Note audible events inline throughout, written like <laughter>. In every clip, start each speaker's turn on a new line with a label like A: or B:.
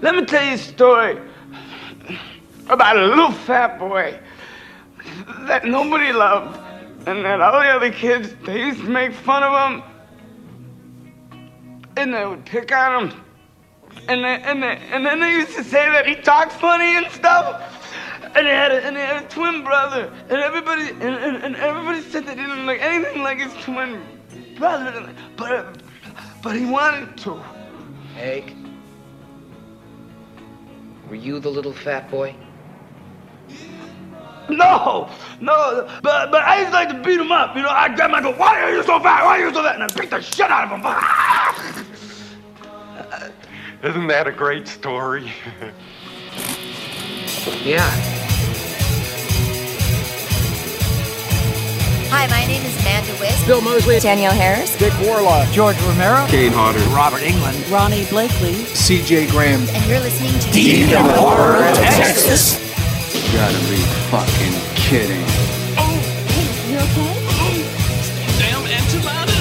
A: Let me tell you a story about a little fat boy that nobody loved, and that all the other kids they used to make fun of him, and they would pick on him, and they, and they, and then they used to say that he talked funny and stuff. And he had a, and he had a twin brother, and everybody and, and, and everybody said that he didn't look anything like his twin brother, but but he wanted to.
B: Hank, were you the little fat boy?
A: No, no, but but I used to like to beat him up. You know, I'd grab him, I'd go, why are you so fat? Why are you so fat? And I'd beat the shit out of him.
C: Isn't that a great story? <laughs>
B: Yeah.
D: Hi, my name is Amanda Wisk.
E: Bill Mosley,
D: Danielle Harris.
E: Dick Warlock,
F: George Romero,
G: Kane Hodder,
F: Robert England,
H: Ronnie Blakely,
I: CJ Graham.
D: And you're listening to
J: Deep in Horror, Texas.
K: You gotta be fucking kidding.
D: Hey, hey, you okay? Hey.
L: Damn enchilada.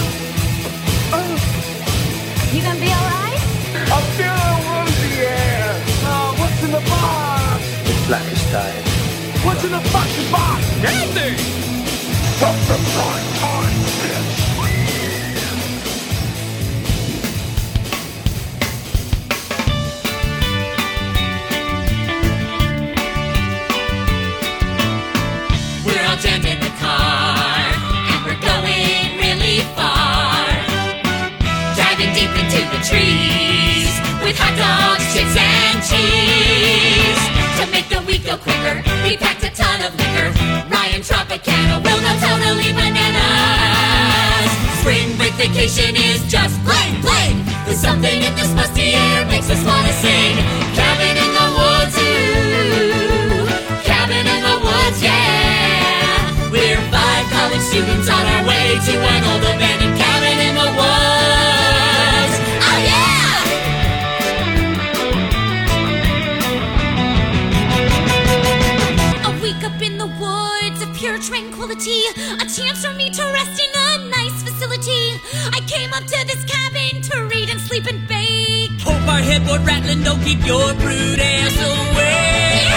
D: Oh. You gonna be alright?
A: I'm feeling woozy, yeah. Oh, what's in the box?
K: It's black as time.
A: <laughs> What's in the fucking box?
L: Nothing!
M: trees with hot dogs, chips, and cheese. To make the week go quicker, we packed a ton of liquor. Ryan Tropicana will go totally bananas. Spring break vacation is just plain, plain. There's something in this musty air makes us wanna sing. Cabin in the woods, ooh. Cabin in the woods, yeah. We're five college students on our way to an old abandoned cabin in the woods. Oh yeah! A week up in the woods of pure tranquility, a chance for me to rest in a nice facility. I came up to this cabin to read and sleep and bake.
N: Hope our headboard rattling don't keep your prude ass away.
M: Ew!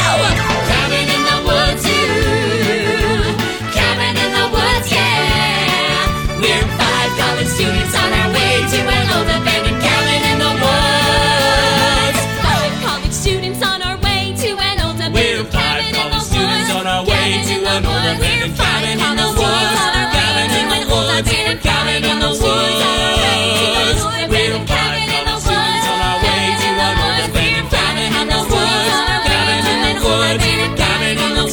M: Cabin in the woods, ooh. Cabin in the woods, yeah. We're five college students on our way to an old abandoned cabin in the woods. Five college students on our way to an old
N: We're
M: abandoned
N: five
M: cabin in the
N: college
M: woods.
N: students on our way
M: Cabin
N: to
M: in the
N: an old
M: woods.
N: abandoned
M: We're five
N: cabin in the
M: college
N: woods.
M: students on our way
N: Cabin in
M: to
N: the
M: an old
N: woods.
M: abandoned
N: Cabin in the woods. We're five college students on our way to an old abandoned cabin in the woods. Cabin in the woods. Cabin in the woods.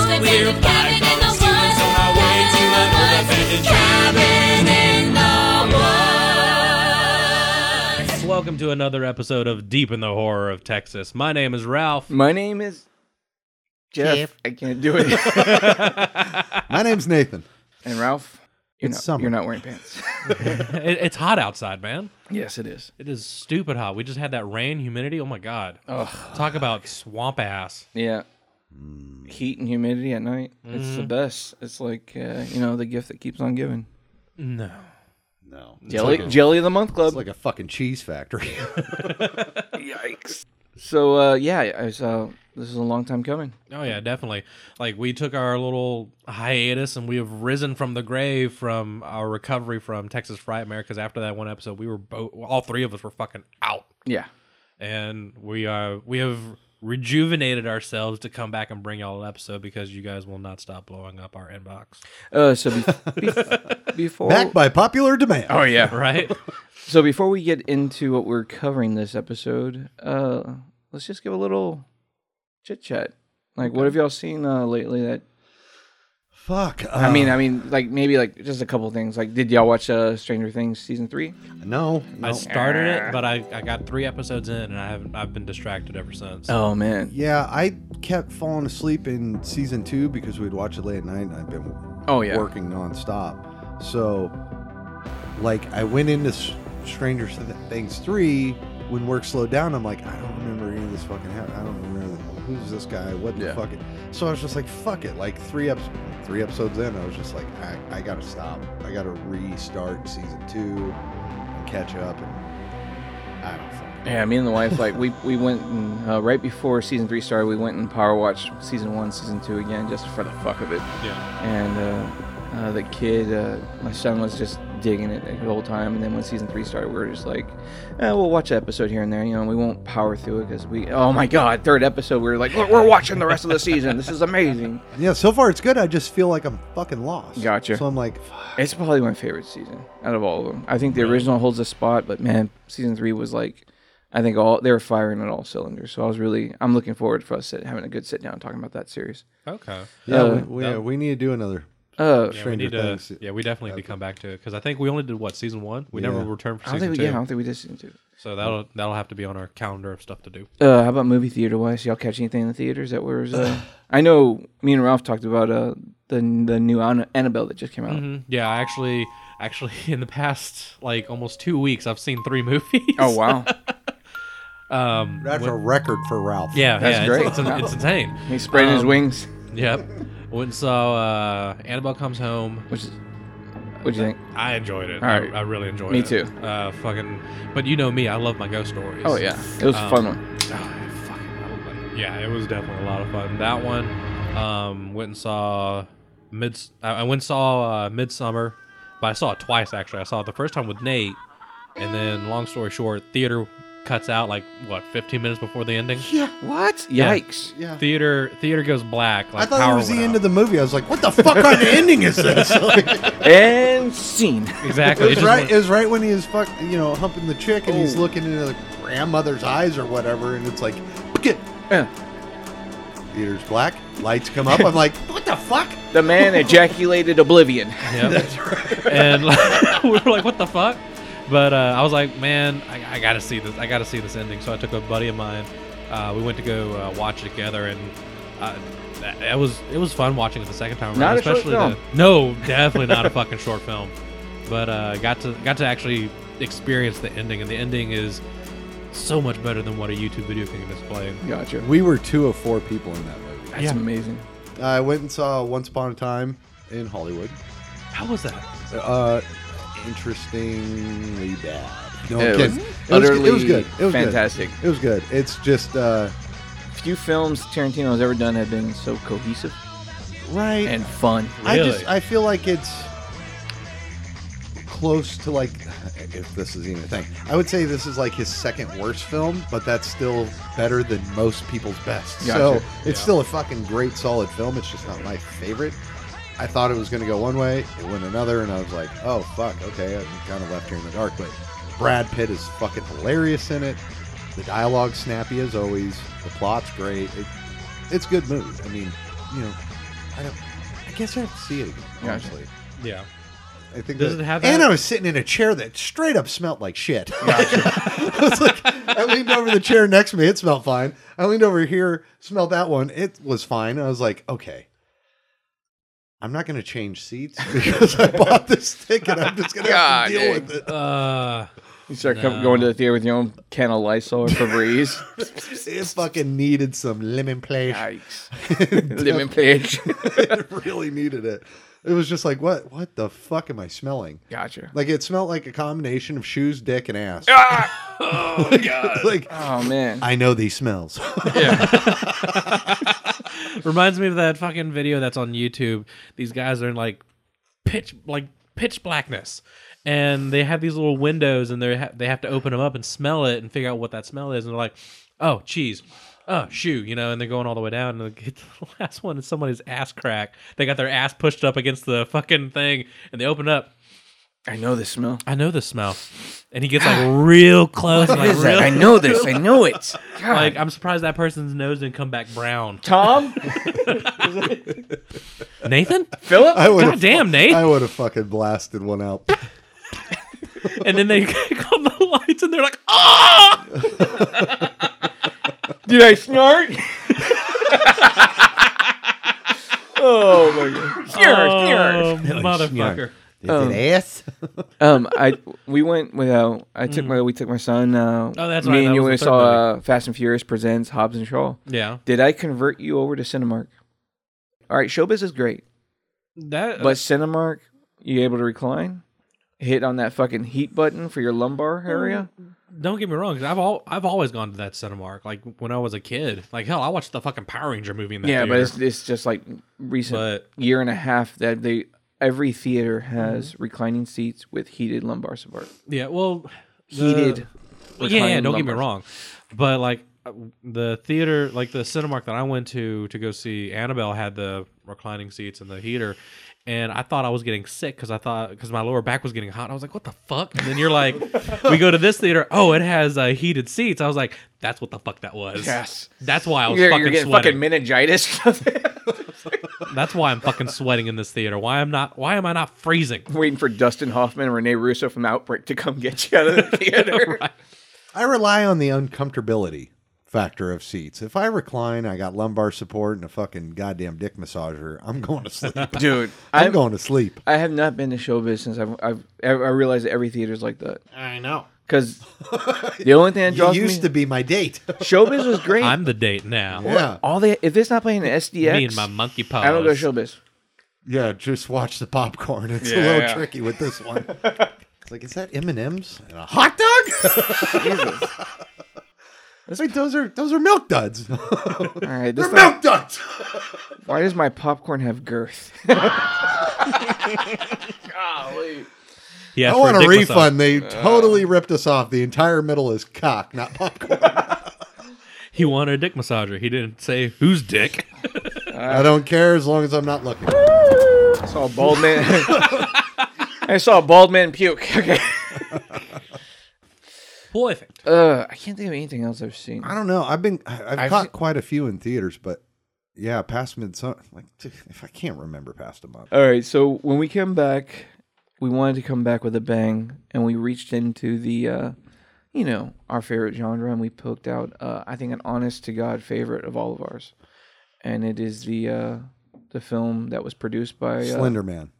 N: We're five college students on our way to an old abandoned cabin in the woods.
O: Welcome to another episode of Deep in the Horror of Texas. My name is Ralph.
I: My name is Jeff.
P: Jeff.
I: I can't do it.
P: <laughs> My name's Nathan.
I: and Ralph, you're
P: It's
I: not,
P: summer.
I: you're not wearing pants.
O: It- it's hot outside, man.
I: yes, it is.
O: It is stupid hot. We just had that rain, humidity. Oh my god.
I: Ugh.
O: Talk about swamp ass.
I: Yeah.
P: Mm.
I: Heat and humidity at night. It's the best. It's like, uh, you know, the gift that keeps on giving.
O: No.
P: No. It's
I: Jelly,
P: like a-
I: Jelly of the Month Club.
P: It's like a fucking cheese
I: <laughs>
P: factory.
I: Yikes. So, uh, yeah, I- I saw this is a long time coming.
O: Oh yeah, definitely. Like we took our little hiatus and we have risen from the grave from our recovery from Texas Frightmare because after that one episode, we were both, all three of us were fucking out,
I: Yeah.
O: and we are we have rejuvenated ourselves to come back and bring y'all an episode because you guys will not stop blowing up our inbox, <laughs>
I: Uh, so be-
P: <laughs>
I: be- before
P: Back by popular demand.
I: oh yeah,
O: right?
I: So before we get into what we're covering this episode, uh, let's just give a little chit chat. Like, what have y'all seen uh, lately? That
P: Fuck.
I: I
P: uh,
I: mean, I mean, like maybe like just a couple things. Like, did y'all watch uh, Stranger Things season three?
P: um, no.
O: I
P: no.
O: started it, but I, I got three episodes in and I haven't I've been distracted ever since.
I: Oh man.
P: Yeah, I kept falling asleep in season two because we'd watch it late at night, and I'd been
I: Oh yeah.
P: working nonstop. So, like, I went into S- Stranger Th- Things three when work slowed down. I'm like, I don't remember any of this fucking. Hap- I don't remember who's this guy. What the
I: Yeah.
P: fuck? It-? So I was just like, fuck it. Like three eps, three episodes in, I was just like, I, I gotta stop. I gotta restart season two and catch up. And I don't fucking
I: Yeah, me and the wife like we we went and, uh, right before season three started. We went and power watched season one, season two again, just for the fuck of it.
O: Yeah.
I: And uh, uh, the kid, uh, my son, was just digging it the whole time. And then when season three started, we were just like, eh, we'll watch an episode here and there. You know, we won't power through it because we. Oh my god, third episode, we were like, "Look, we're watching the rest of the season. This is amazing.
P: Yeah, so far it's good. I just feel like I'm fucking lost.
I: Gotcha.
P: So I'm like,
I: It's probably my favorite season out of all of them. I think the original holds a spot, but man, season three was like, I think all they were firing at all cylinders. So I was really, I'm looking forward for us sit, having a good sit down talking about that series.
O: Okay.
P: yeah,
I: Uh,
P: we, we, yeah, we need to do another.
I: Uh,
O: Yeah, we
P: Stranger
O: need to.
P: Things.
O: Yeah, we definitely need to come back to it because I think we only did what season one. We never
P: Yeah.
O: returned for
I: I don't
O: season
I: think, we,
O: two.
I: yeah, I don't think we did season two.
O: So that'll that'll have to be on our calendar of stuff to do.
I: Uh, how about movie theater wise? Y'all catch anything in the theaters that was? Uh, I know me and Ralph talked about uh the the new Anna, Annabelle that just came out.
O: Mhm. Yeah, I actually, actually, <laughs> in the past like almost two weeks, I've seen three <laughs> movies.
I: Oh wow,
O: um,
P: That's
O: when-
P: a record for Ralph.
O: yeah,
I: That's
O: yeah,
I: great.
O: It's,
I: <laughs>
O: it's, it's insane.
I: he's spreading his
O: Um,
I: wings.
O: Yep. Went and saw uh, Annabelle Comes Home.
I: Which is, what'd you think?
O: I enjoyed it.
I: All
O: I-
I: right.
O: I, really enjoyed
I: Me
O: it.
I: too.
O: Uh, fucking, but you know me, I love my ghost stories.
I: Oh yeah, it was a
O: Um,
I: fun one.
O: Oh, I fucking love it. Yeah, it was definitely a lot of fun. That one, um, went and saw mid. I I went and saw uh, Midsummer, but I saw it twice actually. I saw it the first time with Nate, and then long story short, theater cuts out like what 15 minutes before the ending.
P: Yeah.
I: What?
O: Yeah.
I: Yikes!
P: Yeah.
O: Theater theater goes black.
P: I
O: Like
P: thought
O: power
P: it was the
O: went
P: end
O: out.
P: of the movie. I was like, what the fuck
O: <laughs>
P: kind of ending is this? Like, it
I: And scene. <laughs>
O: exactly.
P: was
O: It just
P: right.
O: went-
P: It was right when he was fuck, you know, humping the chick and he's
I: Oh.
P: looking into the grandmother's eyes or whatever, and it's like, get
I: Yeah.
P: theater's black, lights come up. I'm like, what the fuck?
I: The man ejaculated oblivion.
O: Yep. <laughs> and like, we were like, "What the fuck?" But uh, I was like, "Man, I, I gotta see this. I gotta see this ending." So I took a buddy of mine. Uh, we went to go uh, watch it together, and uh, that- it was it was fun watching it the second time. around,
I: Not a short
O: especially
I: film.
O: The, no, definitely not a fucking short film. But uh, got to got to actually experience the ending, and the ending is so much better than what a YouTube video can display.
I: Gotcha.
P: We were two of four people in that movie.
I: That's
O: Yeah.
I: amazing.
P: I went and saw Once Upon a Time in Hollywood.
O: How was that?
P: Uh, interestingly bad. No,
I: It
P: I'm kidding.
I: was
P: It was,
I: utterly
P: it was good. It was
I: fantastic.
P: Good. It was good. It's just uh,
I: Few films Tarantino has ever done have been so cohesive
P: right.
I: and fun.
P: I just
O: Really?
P: I feel like it's close to like if this is even a thing. I would say this is like his second worst film, but that's still better than most people's best. So
I: Gotcha.
P: it's still a fucking great solid film. It's just not my favorite. I thought it was going to go one way, it went another, and I was like, oh fuck, okay, I'm kind of left here in the dark. But Brad Pitt is fucking hilarious in it. The dialogue's snappy as always. The plot's great. It, it's a good movie. I mean, you know, I don't. I guess I have to see it again.
I: Gotcha.
P: Honestly,
O: Yeah.
P: I think.
O: Does
P: that-
O: it have
P: And
O: that-
P: I was sitting in a chair that straight up smelled like
I: <laughs>
P: shit. <laughs> I was like, I leaned over the chair next to me. It smelled fine. I leaned over here, smelled that one. It was fine. And I was like, okay. I'm not going to change seats <laughs> because I bought this ticket. I'm just going to have
I: God,
P: to deal
I: dude.
P: with it.
O: Uh,
I: You start com- going to the theater with your own can of Lysol or Febreze.
P: It fucking needed some lemon play.
I: <laughs> Yikes. <laughs> Lemon pledge.
P: it really needed it. It was just like, what? What the fuck am I smelling?
I: Gotcha.
P: Like it smelled like a combination of shoes, dick, and ass.
I: oh,
O: uh,
I: God.
P: <laughs> like
I: Oh, man.
P: I know these smells.
O: <laughs> Reminds me of that fucking video that's on YouTube. These guys are in like pitch like pitch blackness, and they have these little windows, and they ha- they have to open them up and smell it and figure out what that smell is, and they're like, oh cheese. Oh shoe, you know, and they're going all the way down, and they get <laughs> to the last one is somebody's ass crack. They got their ass pushed up against the fucking thing, and they open up.
I: I know this smell.
O: I know this smell, and he
P: <gasps>
O: gets like real close. and, like,
I: What is that?
O: real-
I: I know this. I know it. God.
O: like I'm surprised that person's nose didn't come back brown.
I: <laughs> Tom?
O: Nathan,
I: Philip?
P: would
O: God damn, Nate.
P: I would have fucking blasted one out.
O: <laughs>
P: <laughs>
O: and then they <laughs> click on the lights and they're like, ah! <laughs>
I: Did I <laughs> snort? oh, my God. Snort, snort.
O: Oh, motherfucker.
I: Um,
P: ass?
I: um, I we went with uh, I took my we took my son. Uh,
O: Oh, that's
I: me
O: right,
I: and
O: that
I: you
O: was
I: went and
O: the
I: saw
O: third
I: uh, Fast and Furious presents Hobbs and Shaw.
O: Yeah.
I: Did I convert you over to Cinemark? All right, Showbiz is great,
O: That,
I: Uh, but Cinemark, you able to recline? hit on that fucking heat button for your lumbar area.
O: uh, Don't get me wrong, 'cause I've all I've always gone to that Cinemark. Like when I was a kid, like hell, I watched the fucking Power Ranger movie in that.
I: yeah, but
O: theater.
I: it's, it's just like recent year and a half that they every theater has
P: Mm-hmm.
I: reclining seats with heated lumbar support.
O: Yeah, well, the-
I: Heated
O: Well, yeah, yeah,
I: reclining
O: don't get me
I: lumbars.
O: wrong, but like uh, the theater, like the Cinemark that I went to to go see Annabelle had the reclining seats and the heater, and I thought I was getting sick because I thought because my lower back was getting hot. I was like, what the fuck? And then you're like, we go to this theater. Oh, it has uh, heated seats. I was like, that's what the fuck that was.
I: Yes.
O: that's why I was
I: You're-
O: fucking
I: you're getting
O: sweating.
I: fucking meningitis. <laughs>
O: that's why I'm fucking sweating in this theater. Why I'm not? Why am I not freezing?
I: Waiting for Dustin Hoffman and Rene Russo from Outbreak to come get you out of <laughs> the theater.
P: I rely on the uncomfortability factor of seats. If I recline, I got lumbar support and a fucking goddamn dick massager. I'm going to sleep,
I: Dude,
P: I'm
I: I've-
P: going to sleep.
I: I have not been to showbiz since I've, I've I realize that every theater's like that.
P: I know.
I: Because
P: <laughs>
I: the only thing that
P: You
I: draws
P: used
I: me,
P: to be my
I: <laughs>
P: date.
I: Showbiz was great.
O: I'm the date now.
P: Yeah.
I: all they if it's not playing the SDX,
O: Me and my monkey paws.
I: I don't go to showbiz.
P: Yeah, just watch the popcorn. It's a
O: Yeah,
P: little
O: yeah.
P: tricky with this
O: <laughs>
P: one. it's like, is that M and M's and a hot
O: <laughs>
P: dog? Wait, those are those are milk duds. All They're
I: right, this
P: milk <laughs> duds.
I: Why does my popcorn have girth?
O: He
P: I
O: asked
P: want
O: for
P: a
O: dick
P: refund. They
O: massage.
P: totally ripped us off. The entire middle is cock, not popcorn.
O: He wanted a dick massager. He didn't say whose
I: <laughs>
O: dick.
P: I don't care as long as I'm not looking.
I: I saw a bald <laughs> man. I saw a bald man puke. Okay.
O: Perfect.
I: Uh, I can't think of anything else I've seen.
P: I don't know. I've been I- I've,
I: I've
P: caught
I: se-
P: quite a few in theaters, but yeah, past midsummer. Like if I can't remember past a month.
I: All right, so when we came back, we wanted to come back with a bang, and we reached into the, uh, you know, our favorite genre, and we poked out, uh, I think, an honest to god favorite of all of ours, and it is the uh, the film that was produced by uh,
P: Slender Man.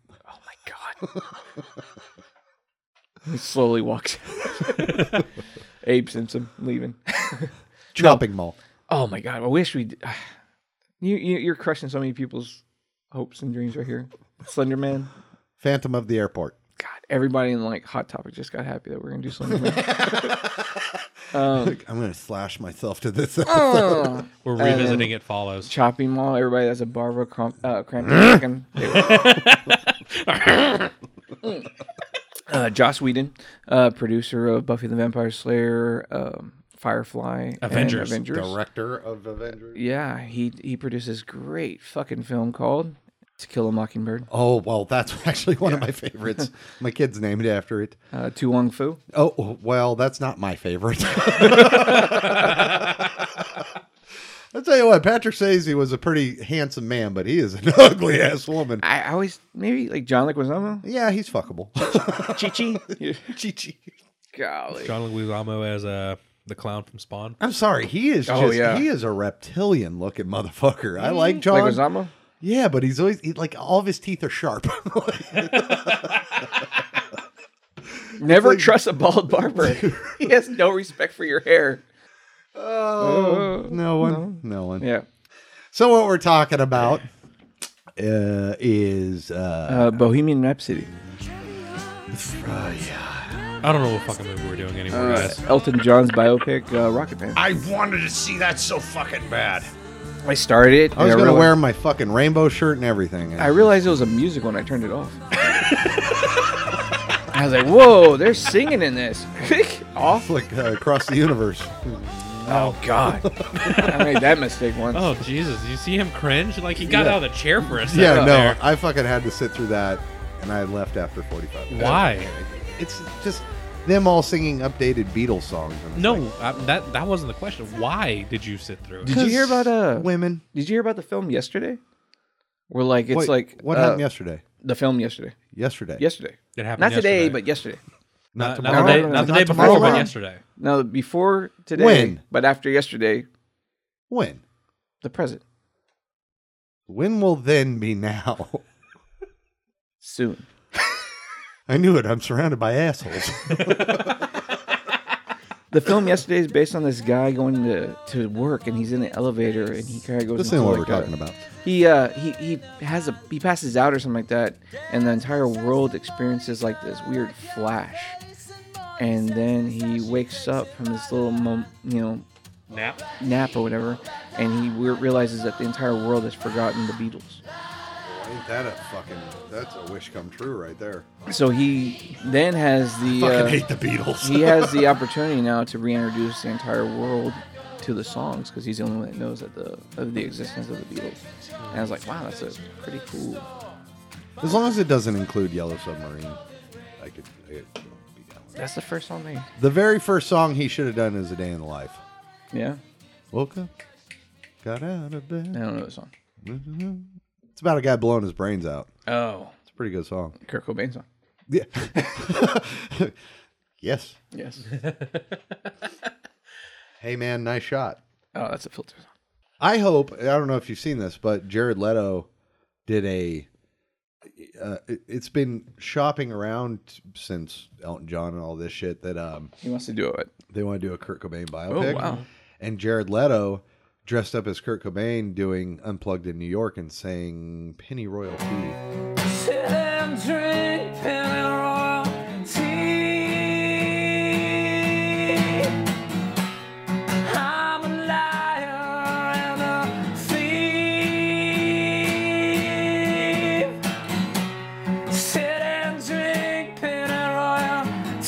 I: <laughs> He slowly walks. Abe Simpson
P: <laughs>
I: leaving.
P: Chopping Mall.
I: Oh my god! I wish we. d- <sighs> You, you you're crushing so many people's hopes and dreams right here, Slender Man.
P: Phantom of the Airport.
I: Everybody in like Hot Topic just got happy that we're gonna do Slender Man. um,
P: Look, I'm gonna slash myself to this.
I: Oh.
P: episode.
O: We're
I: And then
O: revisiting it follows.
I: Chopping Mall. Everybody that's a Barbara Cramp, uh, Crampton chicken. <laughs> uh, Joss Whedon, uh, producer of Buffy the Vampire Slayer, um, Firefly, and
O: Avengers.
I: Avengers.
P: Director of Avengers.
I: Yeah, he he produces great fucking film called To Kill a Mockingbird.
P: Oh well, that's <laughs> actually one of my
I: <laughs>
P: favorites. my kid's named after it.
I: Uh, Tu Wong Fu.
P: Oh well, that's not my favorite. I'll tell you what, Patrick Swayze was a pretty handsome man, but he is an <laughs> ugly ass woman.
I: I I always maybe like John Leguizamo.
P: Yeah, he's fuckable.
I: Chi Chi.
P: <laughs> Chi Chi.
I: Golly.
O: John Leguizamo as uh, the clown from Spawn.
P: I'm sorry, he is
I: Oh,
P: just
I: yeah.
P: he is a reptilian looking motherfucker. I like John.
I: Leguizamo.
P: Yeah, but he's always he, like all of his teeth are sharp.
I: Never trust a bald barber. he has no respect for your hair.
P: oh,
I: Uh,
P: no one, no, one.
I: Yeah.
P: So what we're talking about uh, is uh,
I: Uh, Bohemian Rhapsody.
O: I don't know what fucking movie we're doing anymore,
I: Uh,
O: guys.
I: Elton John's biopic, uh, Rocket Man.
C: I wanted to see that so fucking bad.
I: I started it.
P: I was
I: and
P: gonna
I: realized-
P: wear my fucking rainbow shirt and everything.
I: I realized it was a musical and I turned it off. I was like, whoa, they're singing in this. <laughs> off.
P: like uh, across the universe.
I: Oh, God. I made that mistake once.
O: Oh Jesus! You see him cringe? Like he got
P: Yeah.
O: out of the chair for a second.
P: yeah, no,
O: there.
P: I fucking had to sit through that, and I left after 45. minutes.
O: Why?
P: It's just them all singing updated Beatles songs. and it's like,
O: No, I, that that wasn't the question. Why did you sit through it?
I: Did you hear about uh?
P: women.
I: Did you hear about the film yesterday? Where like it's
P: Wait,
I: like
P: what
I: uh,
P: happened yesterday?
I: The film yesterday.
P: Yesterday.
I: Yesterday.
O: It happened
I: Not today,
O: yesterday.
I: but yesterday.
P: Not
O: Not, not
I: tomorrow.
O: the day,
I: No, no,
O: not the
I: not
O: day before,
P: tomorrow.
O: but yesterday.
I: No, before today.
P: When?
I: But after yesterday,
P: When?
I: the present.
P: When will then be now? <laughs>
I: Soon.
P: I knew it. I'm surrounded by assholes.
I: The film yesterday is based on this guy going to, to work, and he's in an elevator, and he kind of
P: <laughs>
I: goes.
P: This
I: into
P: ain't what
I: like
P: we're
I: a-
P: talking about.
I: He uh he he has a he passes out or something like that, and the entire world experiences like this weird flash, and then he wakes up from this little mom, you know
O: Nap.
I: nap or whatever, and he we- realizes that the entire world has forgotten the Beatles.
P: Ain't that a fucking? That's a wish come true right there.
I: So he then has the uh,
P: I fucking hate the Beatles.
I: <laughs> he has the opportunity now to reintroduce the entire world to the songs because he's the only one that knows that the of the existence of the Beatles. And I was like, wow, that's a pretty cool.
P: As long as it doesn't include Yellow Submarine, I could. I could be down with it.
I: That's the first song they.
P: The very first song he should have done is "A Day in the Life."
I: Yeah.
P: Woke up, got out of bed. Mm-hmm.
I: I don't know the song.
P: It's about a guy blowing his brains out.
I: Oh,
P: It's a pretty good song.
I: Kurt Cobain song.
P: Yeah. <laughs> yes.
I: Yes.
P: Hey man, nice shot.
I: Oh, that's a filter song.
P: I hope I don't know if you've seen this, but Jared Leto did a. Uh, it- it's been shopping around since Elton John and all this shit that um
I: He wants to do it.
P: they want to do a Kurt Cobain biopic.
I: Oh, wow.
P: And Jared Leto dressed up as Kurt Cobain doing Unplugged in New York and saying Penny Royal Tea.
N: Sit and drink penny royal tea. I'm a liar and a thief. Sit and drink penny royal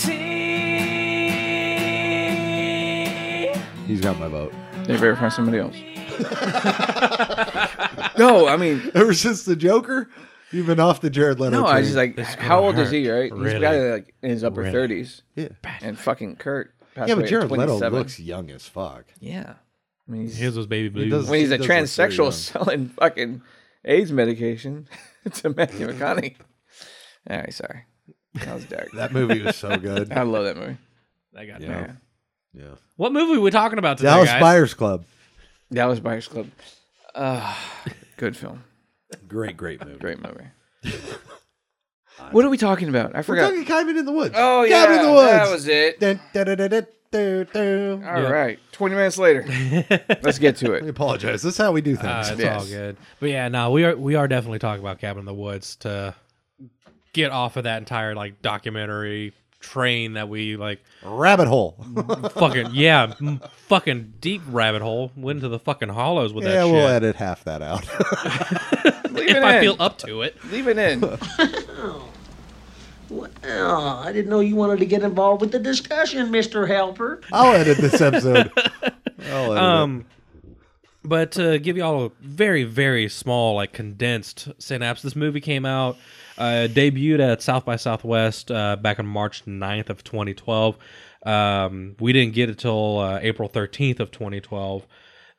N: tea.
P: He's got my vote. <laughs>
I: They better find somebody else. <laughs> no, I mean,
P: Ever since the Joker, you've been off the Jared Leto.
I: no. I was
P: train.
I: just like, how old is he? Right? He's
O: Really?
I: got like in his upper
O: Really?
I: thirties.
P: Yeah.
I: And fucking Kurt. Passed
P: yeah,
I: away
P: but
I: at
P: Jared Leto
I: 27.
P: looks young as fuck.
I: Yeah. I mean, he's,
O: Here's those baby blues.
P: does-
I: when he's
P: he
I: a
P: does look very young.
I: transsexual selling fucking AIDS medication <laughs> to Matthew McConaughey. All right, sorry. That was dark.
P: <laughs> That Oh. movie was so good.
I: <laughs> I love that movie.
O: I got
P: Yeah.
O: it.
P: yeah.
O: What movie we talking about today,
P: Dallas
O: guys?
P: Buyers Club.
I: Dallas Buyers Club. Uh, good film.
P: Great, great movie.
I: Great movie.
P: <laughs>
I: what are we talking about? I
P: We're
I: forgot.
P: talking Cabin in the Woods.
I: oh, yeah.
P: Cabin in the Woods.
I: That was it.
P: Dun, dun, dun, dun, dun, dun, dun.
I: All right. 20
P: <laughs>
I: minutes later. Let's get to
P: I
I: it.
P: apologize. That's how we do things.
O: Uh, it's
I: Yes.
O: all good. But yeah, no, we are we are definitely talking about Cabin in the Woods to get off of that entire like documentary train that we like
P: Rabbit hole.
O: fucking yeah m- fucking deep rabbit hole went into the fucking hollows with
P: <laughs> yeah,
O: that
P: we'll
O: shit.
P: edit half that out. <laughs>
I: Leave
O: if
I: it
O: I
I: in.
O: feel up to it,
I: Leave it in.
J: Well, I didn't know you wanted to get involved with the discussion, Mr. Helper.
P: I'll edit this episode. I'll edit um,
O: um, but to give you all a very very small like condensed synapse, this movie came out. Uh, debuted at South by Southwest uh, back on March 9th of 2012. Um, we didn't get it till uh, April 13th of 2012.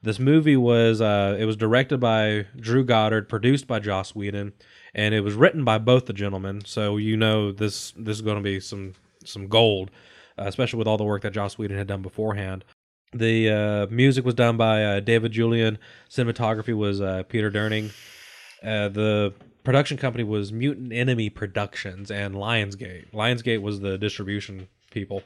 O: This movie was uh, it was directed by Drew Goddard, produced by Joss Whedon, and it was written by both the gentlemen. So you know this this is going to be some some gold, uh, especially with all the work that Joss Whedon had done beforehand. The uh, music was done by uh, David Julian. Cinematography was uh, Peter Durning. Uh, the production company was Mutant Enemy Productions and Lionsgate. Lionsgate was the distribution people,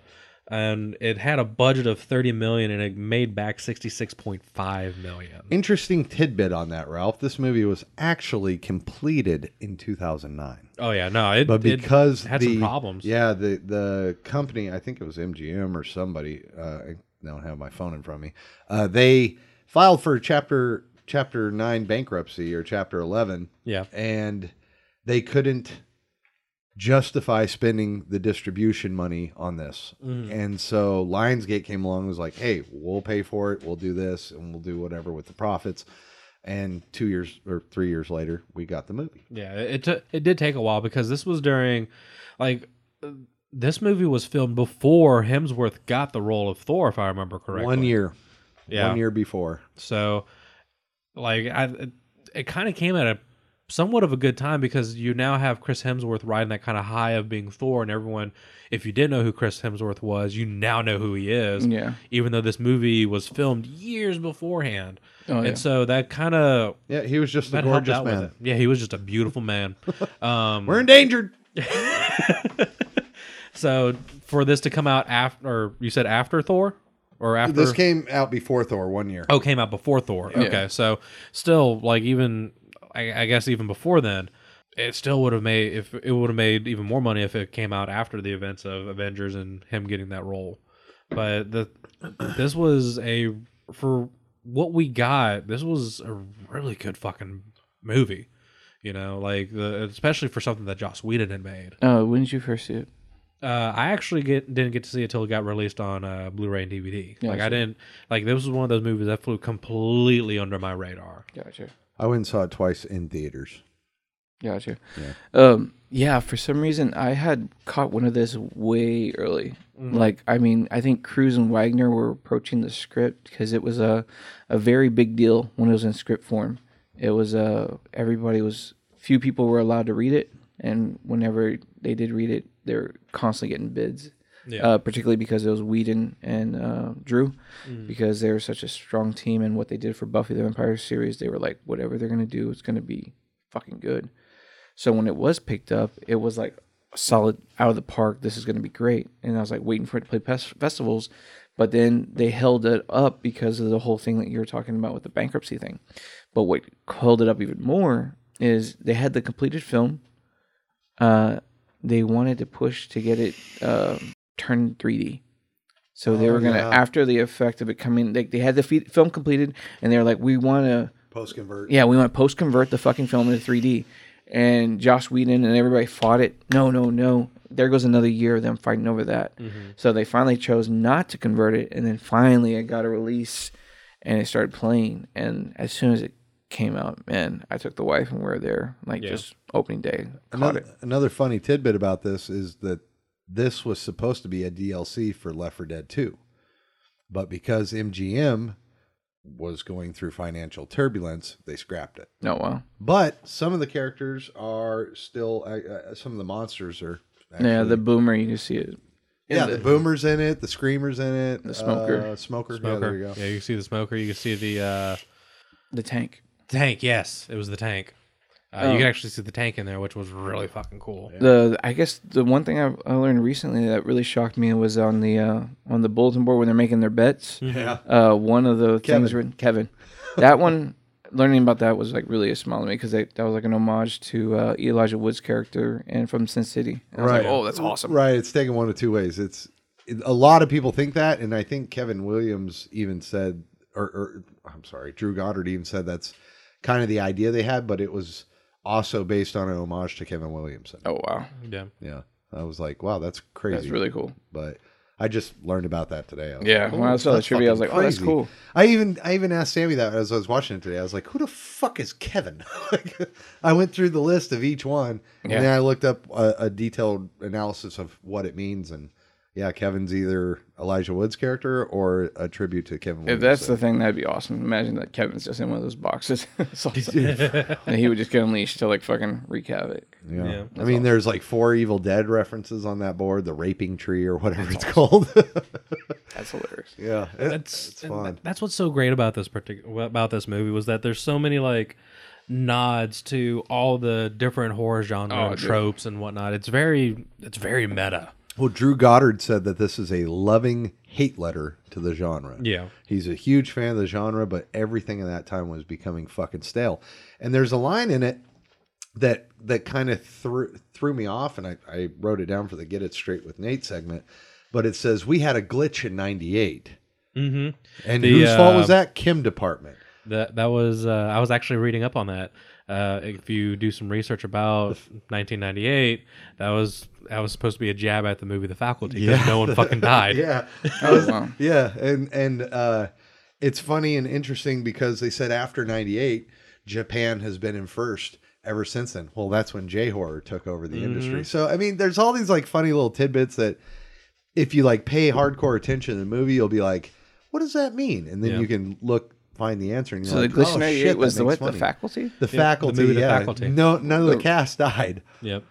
O: and it had a budget of thirty million, and it made back sixty six point five million.
P: Interesting tidbit on that, Ralph. This movie was actually completed in 2009.
O: Oh yeah, no, it
P: but
O: it
P: because
O: had
P: the,
O: some problems.
P: Yeah, the the company, I think it was MGM or somebody. Uh, I don't have my phone in front of me. Uh, they filed for chapter chapter nine bankruptcy or chapter eleven,
O: yeah,
P: and they couldn't justify spending the distribution money on this.
O: Mm.
P: And so Lionsgate came along and was like, "Hey, we'll pay for it. We'll do this, and we'll do whatever with the profits." And two years or three years later, we got the movie.
O: Yeah, it it, took, it did take a while because this was during, like, uh, this movie was filmed before Hemsworth got the role of Thor, if I remember correctly.
P: One year,
O: yeah.
P: one year before.
O: So, like, I it, it kind of came at a somewhat of a good time because you now have Chris Hemsworth riding that kind of high of being Thor, and everyone, if you didn't know who Chris Hemsworth was, you now know who he is.
I: Yeah.
O: Even though this movie was filmed years beforehand,
I: Oh, yeah.
O: and so that kind of
P: Yeah, he was just a
O: that helped
P: gorgeous
O: out with
P: man.
O: it.
P: <laughs>
O: Yeah, he was just a beautiful man. Um,
P: We're endangered.
O: So for this to come out after, or you said after Thor, or after
P: This came out before Thor one year.
O: Oh, came out before Thor.
P: Yeah.
O: Okay, so still like even I, I guess even before then, it still would have made if it would have made even more money if it came out after the events of Avengers and him getting that role. But the <clears throat> this was a for what we got. This was a really good fucking movie. You know, like the especially for something that Joss Whedon had made.
I: <laughs> Oh, when did you first see it?
O: Uh, I actually get didn't get to see it till it got released on uh, Blu-ray and DVD.
I: Yeah,
O: like
I: sure.
O: I didn't like this was one of those movies that flew completely under my radar.
I: Gotcha.
P: I went and saw it twice in theaters.
I: Gotcha. Um, yeah, for some reason I had caught one of this way early.
O: Mhm.
I: Like, I mean, I think Cruz and Wagner were approaching the script because it was a, a very big deal when it was in script form. It was uh, everybody was few people were allowed to read it, and whenever they did read it, they were constantly getting bids.
O: Yeah.
I: Uh, particularly because it was Whedon and uh, Drew,
O: Mm.
I: because they were such a strong team and what they did for Buffy the Vampire series, they were like, whatever they're gonna do, it's gonna be fucking good. So when it was picked up, it was like solid out of the park. This is going to be great. And I was like waiting for it to play pes- festivals, but then they held it up because of the whole thing that you were talking about with the bankruptcy thing. But what held it up even more is they had the completed film. Uh, they wanted to push to get it uh, turned 3D. So they
P: Oh,
I: were gonna
P: yeah.
I: after the effect of it coming, like they had the fe- film completed, and they were like, "We want to
P: Post-convert.
I: Yeah, we want to post convert the fucking film into 3D. And Josh Whedon and everybody fought it. No, no, no. There goes another year of them fighting over that.
O: Mhm.
I: So they finally chose not to convert it, and then finally it got a release, and it started playing. And as soon as it came out, man, I took the wife and we were there, like
O: Yeah.
I: just opening day. Caught
P: Another, another funny tidbit about this is that this was supposed to be a DLC for Left 4 Dead 2. But because MGM was going through financial turbulence, they scrapped it.
I: No, Oh, wow.
P: But some of the characters are still, uh, uh, some of the monsters are.
I: yeah,
P: actually-
I: the boomer, you can see it.
P: yeah,
I: in
P: the,
I: the-
P: boomer's in it, the screamer's in it,
I: The smoker.
P: uh, smoker. Yeah, there
O: Smoker.
P: you go.
O: Yeah, you can see the smoker. You can see the uh,
I: the tank.
O: Tank. Yes, it was the tank. Uh,
I: Oh.
O: You can actually see the tank in there, which was really fucking cool.
I: The I guess the one thing I've, I learned recently that really shocked me was on the uh, on the bulletin board when they're making their bets.
P: Yeah.
I: Uh, one of the things
P: Kevin.
I: written Kevin, that one <laughs> learning about that was like really a smile to me because that was like an homage to uh, Elijah Wood's character and from Sin City. And I was like, oh, that's awesome.
P: Right. It's taken one of two ways. It's it- a lot of people think that, and I think Kevin Williams even said, or, or I'm sorry, Drew Goddard even said that's kind of the idea they had, but it was also based on an homage to Kevin Williamson.
I: Oh wow.
O: Yeah.
P: Yeah. I was like, wow, that's crazy.
I: really cool.
P: But I just learned about that today. I was
I: Yeah,
P: like,
I: when I
P: "Oh,
I: saw the
P: that's
I: trivia, I was
P: fucking
I: like, oh, that's
P: crazy."
I: cool.
P: I even I even asked Sammy that as I was watching it today. I was like, who the fuck is Kevin? <laughs> Like, I went through the list of each one,
I: Yeah.
P: and then I looked up a, a detailed analysis of what it means. And yeah, Kevin's either Elijah Wood's character or a tribute to Kevin.
I: If
P: Williams.
I: that's the thing, that'd be awesome. Imagine that Kevin's just in one of those boxes, <laughs>
P: <laughs>
I: It's awesome. and he would just get unleashed to like fucking wreak havoc.
P: yeah. I mean, there's like four Evil Dead references on that board, the raping tree or whatever it's <laughs> called.
I: that's hilarious.
P: Yeah, it-
O: that's
P: it's fun.
O: that's what's so great about this particular about this movie was that there's so many like nods to all the different horror genre
I: Oh,
O: and
I: dude.
O: tropes and whatnot. It's very it's very meta.
P: Well, Drew Goddard said that this is a loving hate letter to the genre.
O: Yeah.
P: He's a huge fan of the genre, but everything in that time was becoming fucking stale. And there's a line in it that that kind of threw threw me off, and I, I wrote it down for the Get It Straight with Nate segment. But it says we had a glitch in '98,
O: Mm-hmm. uh,
P: and whose fault was that? Kim department.
O: That that was uh, I was actually reading up on that. Uh, if you do some research about 1998, that was that was supposed to be a jab at the movie The Faculty because no one fucking died.
P: yeah.
I: Oh, wow.
P: Yeah, and and uh, it's funny and interesting because they said after '98, Japan has been in first ever since then. Well, that's when J horror took over
O: Mm-hmm.
P: the industry. So I mean, there's all these like funny little tidbits that if you like pay hardcore attention to the movie, you'll be like, what does that mean? And then
O: Yeah.
P: you can look. Find the answer. And you're
I: So the
P: like,
I: Glitch
P: oh,
I: in 98
P: shit,
I: was
P: that
I: the
P: makes
I: what, the
P: money.
I: Faculty?
P: The
O: Yeah, the
P: faculty.
O: movie The
P: yeah.
O: Faculty.
P: No, none of the
I: The-
P: cast died.
O: Yep.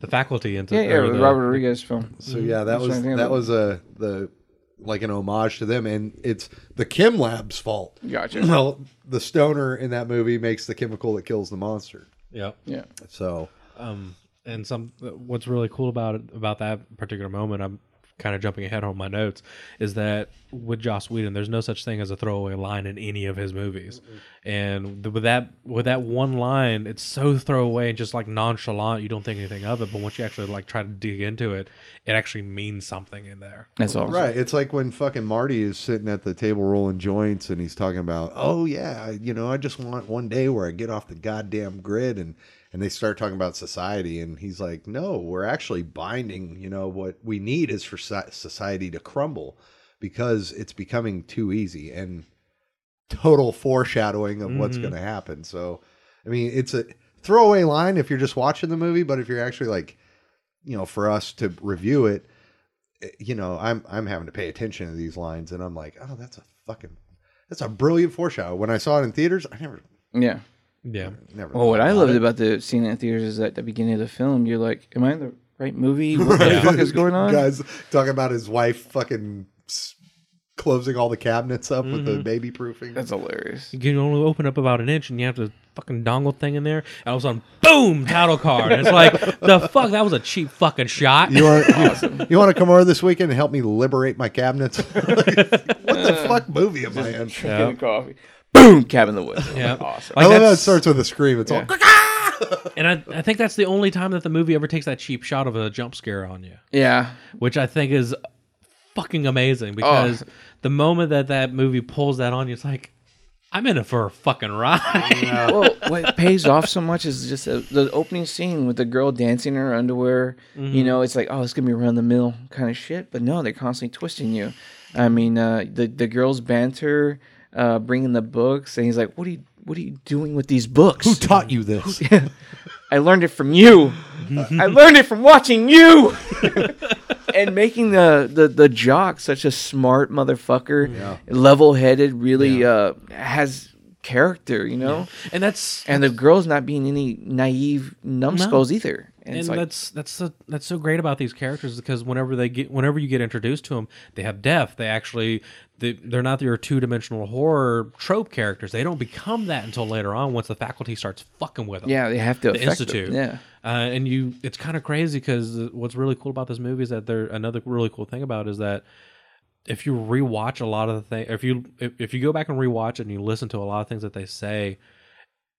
O: The Faculty into
I: Yeah, yeah,
O: or the-
I: Robert Rodriguez film.
P: So yeah, that
I: Mm-hmm. That's what
P: was
I: I'm thinking
P: that
I: about.
P: was a the like an homage to them, and it's the Kim Lab's fault. <clears throat>
I: Gotcha.
P: Well, the stoner in that movie makes the chemical that kills the monster.
O: Yep.
I: Yeah.
P: So
O: Um, and some what's really cool about it about that particular moment i'm kind of jumping ahead on my notes is that with joss whedon there's no such thing as a throwaway line in any of his movies and the, with that with that one line it's so throwaway and just like nonchalant you don't think anything of it but once you actually like try to dig into it it actually means something in there
I: That's all.
P: Right. It's like when fucking Marty is sitting at the table rolling joints and he's talking about, oh, yeah, I- you know, I just want one day where I get off the goddamn grid. And, and they start talking about society. And he's like, no, we're actually binding, you know, what we need is for soci- society to crumble because it's becoming too easy and total foreshadowing of what's
O: Mhm.
P: going to happen. So, I mean, it's a throwaway line if you're just watching the movie, but if you're actually like, you know, for us to review it, eh, you know, I'm I'm having to pay attention to these lines, and I'm like, oh, that's a fucking, that's a brilliant foreshadow. When I saw it in theaters, I never,
I: Yeah.
O: yeah,
P: never.
I: Well, what I
P: thought
I: loved
P: it.
I: about the scene at theaters is at the beginning of the film, you're like, "Am I in the right <laughs> movie? What the
P: <laughs>
I: fuck is going on?"
P: guys talking about his wife fucking s- closing all the cabinets up with the baby proofing.
I: Mm-hmm. That's hilarious.
O: you can only open up about an inch and you have to fucking dongle thing in there and all of a sudden boom title card and it's like the fuck that was a cheap fucking shot
P: You want
I: <laughs>
P: you, you want to come over this weekend and help me liberate my cabinets? <laughs> what the
I: Uh,
P: fuck movie am I in?
I: Drinking coffee. Boom! Cabin in the woods.
O: Yeah.
I: Awesome.
O: Like
P: I love how it
O: that's-
P: starts with a scream. It's all
O: and I, I think that's the only time that the movie ever takes that cheap shot of a jump scare on you,
I: Yeah.
O: which I think is fucking
I: Oh.
O: amazing because the moment that that movie pulls that on you, it's like, I'm in it for a fucking ride.
I: well, what pays off so much is just the, the opening scene with the girl dancing in her underwear. You know, it's like, oh, it's gonna be run the mill kind of shit. But no, they're constantly twisting you. I mean, uh, the the girls banter, uh, bringing the books, and he's like, "What are you What are you doing with these books? Who
P: taught you
I: <laughs>
P: this?
I: I learned it from you.
O: Mm-hmm.
I: I learned it from watching
O: <laughs>
I: you." and making the, the the jock such a smart motherfucker, level headed, really uh, has character, you know
O: <laughs> and that's
I: and the girls not being any naive numbskulls either. And,
O: and,
I: it's like,
O: that's that's so, that's so great about these characters because whenever they get whenever you get introduced to them, they have depth. They actually they, they're not your two dimensional horror trope characters. They don't become that until later on once the faculty starts fucking with them.
I: yeah, they have to
O: the
I: affect them.
O: institute.
I: Yeah,
O: uh, and you, it's kind of crazy because what's really cool about this movie is that there. Another really cool thing about it is that if you rewatch a lot of the thing, if you if, if you go back and rewatch it and you listen to a lot of things that they say,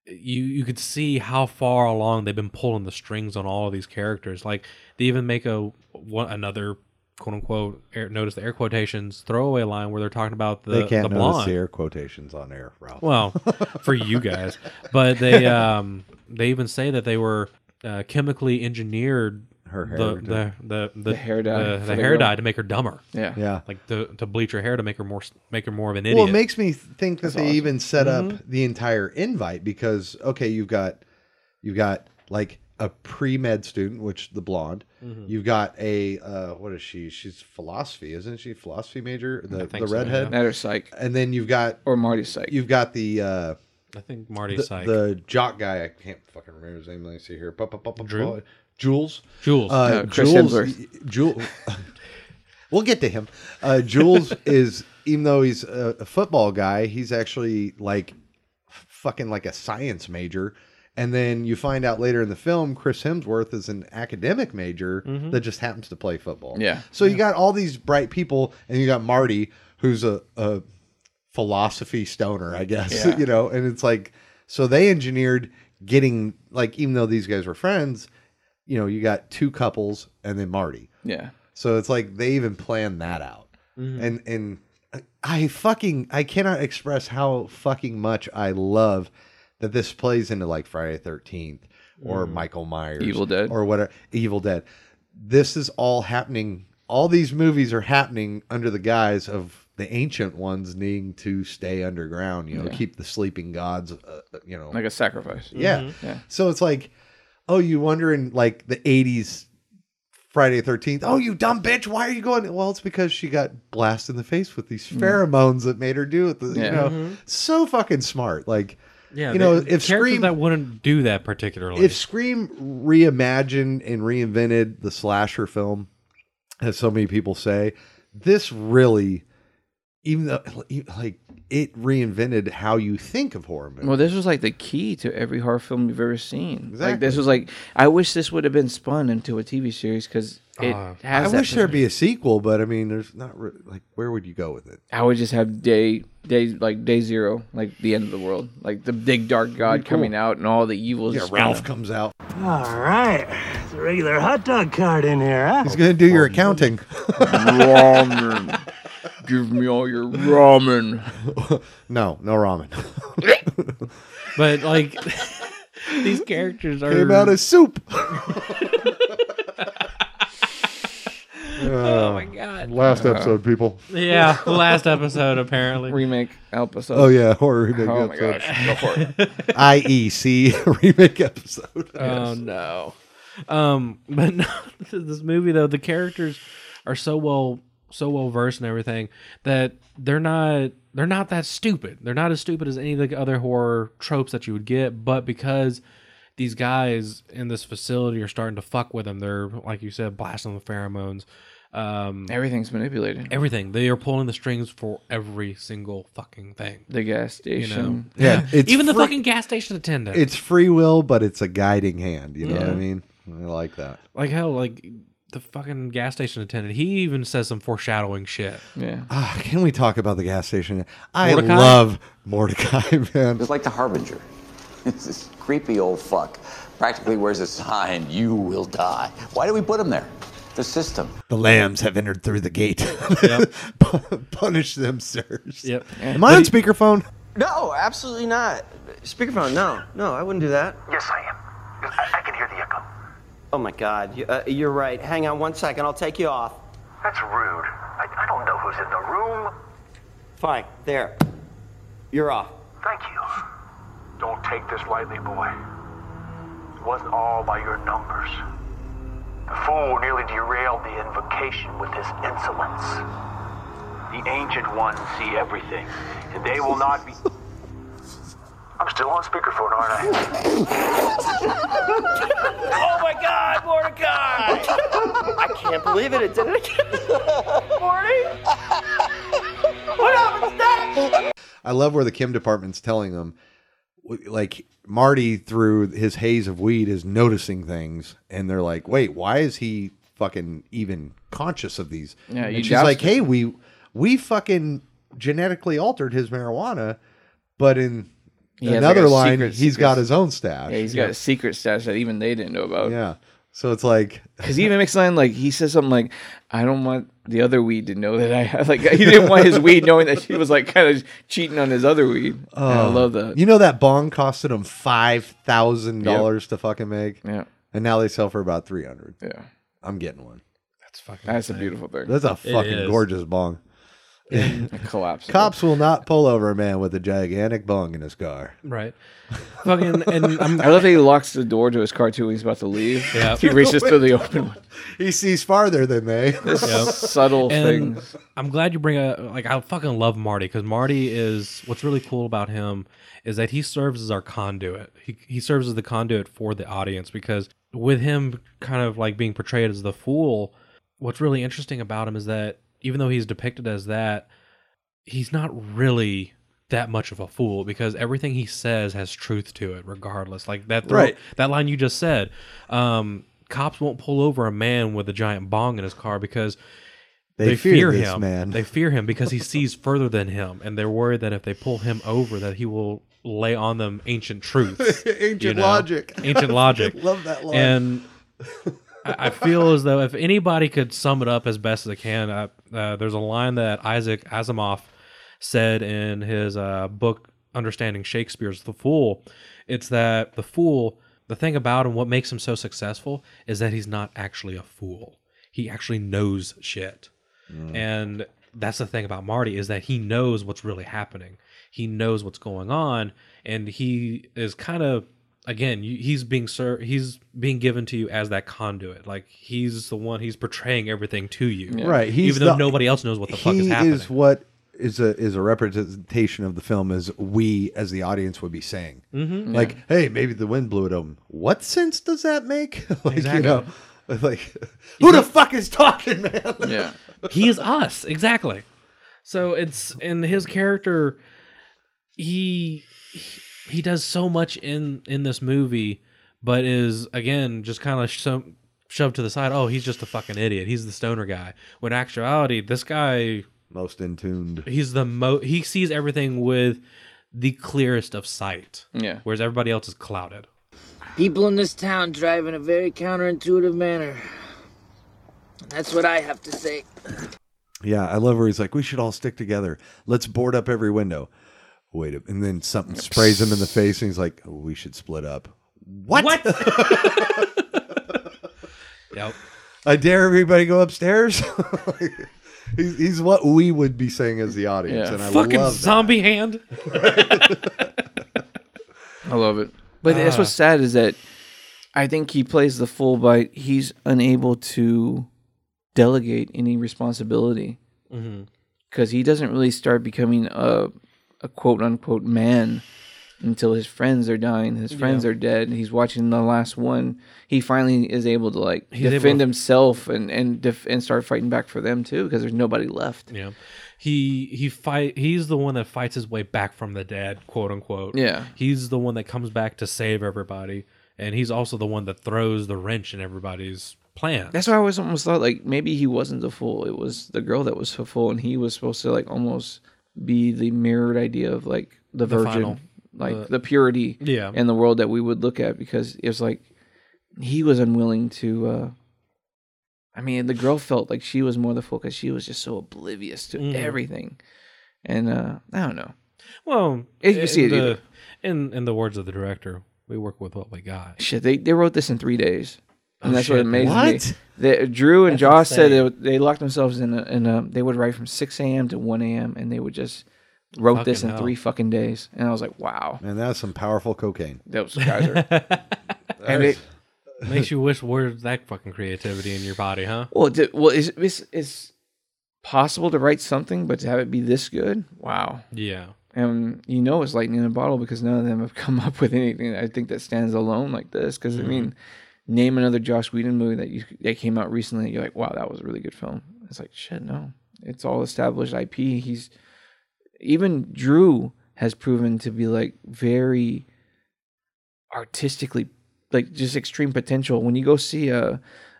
O: you you could see how far along they've been pulling the strings on all of these characters. Like they even make a one another quote unquote air, notice the air quotations throwaway line where they're talking about the
P: they can't
O: the
P: notice
O: blonde.
P: the air quotations on air, Ralph.
O: Well, for you guys,
P: <laughs>
O: but they um they even say that they were uh, chemically engineered
P: Her hair
O: the,
P: to-
O: the the the
I: hair dye
O: the,
I: for
O: the
I: the
O: hair
I: girl.
O: dye to make her dumber.
I: yeah,
P: yeah.
O: Like to, to bleach her hair to make her more s- make her more of an idiot. Mm-hmm.
P: Well, it makes me think that they
I: awesome.
P: even set up the entire invite because okay, you've got you've got like a pre med student, which the blonde.
O: Mm-hmm.
P: You've got a uh, what is she? She's philosophy, isn't she? Philosophy major, the
O: think
P: the
O: so,
P: redhead.
I: that or psych
P: And then you've got
I: or Marty's psych.
P: you've got the uh,
O: I think Marty's
P: the,
O: psych.
P: the jock guy. I can't fucking remember his name. Let me see here. Pa- pa- pa- pa-
O: Drew?
P: pa- Jules.
O: Jules.
P: Uh,
I: No, Chris
P: Jules.
I: Hemsworth.
P: Jules. <laughs> we'll get to him. Uh, Jules is, even though he's a, a football guy, he's actually like fucking like a science major. And then you find out later in the film, Chris Hemsworth is an academic major that just happens to play football.
I: Yeah.
P: So you got all these bright people, and you got Marty, who's a, a philosophy stoner, I guess.
I: Yeah.
P: <laughs> You know, and it's like so they engineered getting like even though these guys were friends, you know, you got two couples and then Marty.
I: yeah,
P: So it's like they even planned that out. And and I fucking I cannot express how fucking much I love that this plays into like Friday Thirteenth or Michael Myers,
I: Evil Dead.
P: or whatever Evil Dead. This is all happening. All these movies are happening under the guise of the ancient ones needing to stay underground. You know, keep the sleeping gods. Uh, you know,
I: like a sacrifice.
P: yeah.
I: Yeah.
P: So it's like, oh, you wonder in like the eighties Friday thirteenth, oh you dumb bitch, why are you going? Well, it's because she got blasted in the face with these pheromones that made her do it. You
I: Mm. Yeah.
P: know, so fucking smart. Like
O: yeah,
P: you know,
O: they-
P: if
O: characters
P: Scream
O: that wouldn't do that
I: Oh,
O: particularly.
P: if Scream reimagined and reinvented the slasher film, as so many people say, this really even though like it reinvented how you think of horror movies.
I: Well, this was like the key to every horror film you've ever seen. Like this was like I wish this would have been spun into a TV series because it
P: Uh,
I: has.
P: I
I: that
P: wish there'd
I: potential.
P: be a sequel, but I mean, there's not re- like where would you go with it?
I: I would just have day day like day zero, like the end of the world, like the big dark god
P: Pretty cool.
I: coming out and all the evils.
P: Yeah,
I: just
P: Ralph
I: gonna-
P: comes out.
E: All right. It's a regular hot dog cart in here, huh?
P: He's gonna do your accounting.
I: ramen. Give me all your ramen.
P: no, no <laughs> ramen.
O: but like <laughs> these characters are
P: <laughs> Came out as soup. <laughs>
O: oh my god!
P: Uh, Last episode, people.
O: <laughs> Yeah, the last episode apparently
I: remake episode.
P: Oh yeah, horror remake
I: Oh my
P: episode.
I: gosh, go for it.
P: IEC <laughs> remake episode.
O: Oh no. Um, <laughs> but no, this movie though, the characters are so well so well versed and everything that they're not they're not that stupid. They're not as stupid as any of the other horror tropes that you would get, but because these guys in this facility are starting to fuck with them, they're like you said, blasting the pheromones. Um,
I: <laughs> Everything's manipulated.
O: Everything. They are pulling the strings for every single fucking thing.
I: The gas
O: You know?
I: station.
P: Yeah, it's
O: even the
P: free-
O: fucking gas station attendant.
P: It's free will, but it's a guiding hand. You know what I
O: Yeah.
P: mean? I like that.
O: Like hell, like the fucking gas station attendant. He even says some foreshadowing shit.
I: Yeah.
P: Ah, can we talk about the gas station? I
O: Mordecai?
P: love Mordecai, <laughs> man.
F: It's like the Harbinger. It's this creepy old fuck. Practically wears a sign, you will die. Why do we put him there? The system.
P: The lambs have entered through the gate. <laughs>
F: Yep.
P: Pu- Punish them, sirs.
O: Yep.
P: Am I on speakerphone?
G: No, Oh, absolutely not. Speakerphone, no. No, I wouldn't do that. Yes, I am. I, can hear the echo. Oh, my God. You, uh, you're right. Hang on one second. I'll take you off.
H: That's rude. I, I don't know who's in the room.
G: Fine. There. You're off.
H: Thank you. Don't take this lightly, boy. It wasn't all by your numbers. The fool nearly derailed the invocation with his insolence. The ancient ones see everything, and they will not be. I'm still on speakerphone, aren't I?
L: oh my God, Mordecai!
G: I can't believe it. It did it again. Morty? What happened to that?
P: I love where the Kim department's telling them, w- like Marty through his haze of weed is noticing things, and they're like, "Wait, why is he fucking even conscious of these?"
I: Yeah,
P: and
I: you
P: she's like,
I: jousted.
P: "Hey, we we fucking genetically altered his marijuana, but in
I: He has, like,
P: another
I: a
P: line,
I: secret-
P: he's got
I: secret-
P: his own stash.
I: Yeah, he's got a secret stash that even they didn't know about.
P: Yeah. So it's like
I: because he even makes a line like he says something like, "I don't want the other weed to know that I <laughs> have." Like he didn't want his weed knowing that she was like kind of cheating on his other weed. And I
P: Oh.
I: love that.
P: You know that bong costed him five thousand dollars to fucking make.
I: Yeah,
P: and now they sell for about three hundred.
I: Yeah,
P: I'm getting one.
O: That's fucking.
I: That's a beautiful thing.
P: That's a
I: It
P: fucking
I: is.
P: gorgeous bong.
I: collapse.
P: Cops will not pull over a man with a gigantic bong in his car.
O: Right. Fucking and I'm,
I: I love that he locks the door to his car too when he's about to leave.
O: Yeah.
I: he reaches through the open one.
P: He sees farther than they.
I: This subtle
O: And
I: things.
O: I'm glad you bring a like. I fucking love Marty because Marty is what's really cool about him is that he serves as our conduit. He he serves as the conduit for the audience because with him kind of like being portrayed as the fool, what's really interesting about him is that even though he's depicted as that, he's not really that much of a fool because everything he says has truth to it regardless like that throw,
P: Right.
O: that line you just said um cops won't pull over a man with a giant bong in his car because
P: They
O: they,
P: fear
O: fear,
P: this
O: him
P: man.
O: they fear him because he sees further than him and they're worried that if they pull him over that he will lay on them ancient truths
P: <laughs> Ancient
O: you know?
P: logic.
O: ancient
P: <laughs>
O: logic
P: Love that line.
O: and I I feel as though if anybody could sum it up as best as I can, uh, uh, there's a line that Isaac Asimov said in his uh, book Understanding Shakespeare's The Fool. It's that the fool, the thing about him, what makes him so successful is that he's not actually a fool. He actually knows shit.
P: Mm.
O: And that's the thing about Marty is that he knows what's really happening. He knows what's going on, and he is kind of again you, he's being ser- he's being given to you as that conduit. Like he's the one he's portraying everything to you,
P: Right. He's
O: Even though
P: the-
O: nobody else knows what the fuck is
P: he
O: happening.
P: is what is a is a representation of the film as we as the audience would be saying.
O: Mhm.
P: Like, hey, maybe the wind blew at him. What sense does that make? <laughs> like you
O: Exactly.
P: know, like who the fuck is talking, man? <laughs>
I: Yeah.
O: he is us exactly. So it's and his character, he he does so much in in this movie, but is again just kind of so shoved to the side. Oh, he's just a fucking idiot. He's the stoner guy. When in actuality, this guy
P: most in tuned.
O: He's the mo. He sees everything with the clearest of sight.
I: Yeah.
O: Whereas everybody else is clouded.
Q: People in this town drive in a very counterintuitive manner. That's what I have to say.
P: Yeah, I love where he's like, we should all stick together. Let's board up every window. Wait, a, and then something sprays him in the face, and he's like, oh, we should split up. What?
O: Yep.
P: I dare everybody go upstairs. <laughs> he's, he's what we would be saying as the audience,
I: Yeah.
P: and I
O: Fucking
P: love that.
O: zombie hand.
I: I love it. But that's what's
O: Ah.
I: sad is that I think he plays the full bite. He's unable to delegate any responsibility because
O: Mhm.
I: he doesn't really start becoming a a quote unquote man until his friends are dying. His friends
O: Yeah.
I: are dead. and He's watching the last one. He finally is able to like
O: He's able
I: defend
O: to-
I: himself and and def- and start fighting back for them too because there's nobody left.
O: Yeah. He he fight he's the one that fights his way back from the dead, quote unquote.
I: Yeah.
O: He's the one that comes back to save everybody. And he's also the one that throws the wrench in everybody's plan.
I: That's why I always almost thought like maybe he wasn't the fool. It was the girl that was the fool, and he was supposed to like almost be the mirrored idea of like the,
O: The
I: virgin,
O: final-
I: like
O: the-
I: the, purity,
O: Yeah.
I: in the world that we would look at because it was like he was unwilling to. uh I mean, the girl felt like she was more the fool because she was just so oblivious to
O: Mhm.
I: everything, and uh I don't know.
O: Well,
I: If you see
O: in
I: it
O: the,
I: either.
O: in in the words of the director, we work with what we got.
I: Shit, they, they wrote this in three days, and
O: Oh,
I: that's what
O: shit.
I: amazed
O: What?
I: me. They, Drew and Josh
O: That's
I: said they, they locked themselves in. A, in a, they would write from six a.m. to one a.m. and they would just wrote this
P: Fucking
I: in
P: hell.
I: three fucking days. And I was like, wow,
P: And that's some powerful cocaine.
I: those guys are.
O: <laughs>
I: and
O: Alright.
I: it,
O: Makes you wish where's that fucking creativity in your body, huh?
I: well, it, well, it's, it's it's possible to write something, but to have it be this good, wow.
O: Yeah.
I: And you know it's lightning in a bottle because none of them have <laughs> come up with anything I think that stands alone like this. Because I
O: Mhm.
I: mean, name another Josh Whedon movie that you that came out recently. and You're like, wow, that was a really good film. It's like shit, no, it's all established IP. He's even Drew has proven to be like very artistically, like just extreme potential. When you go see uh,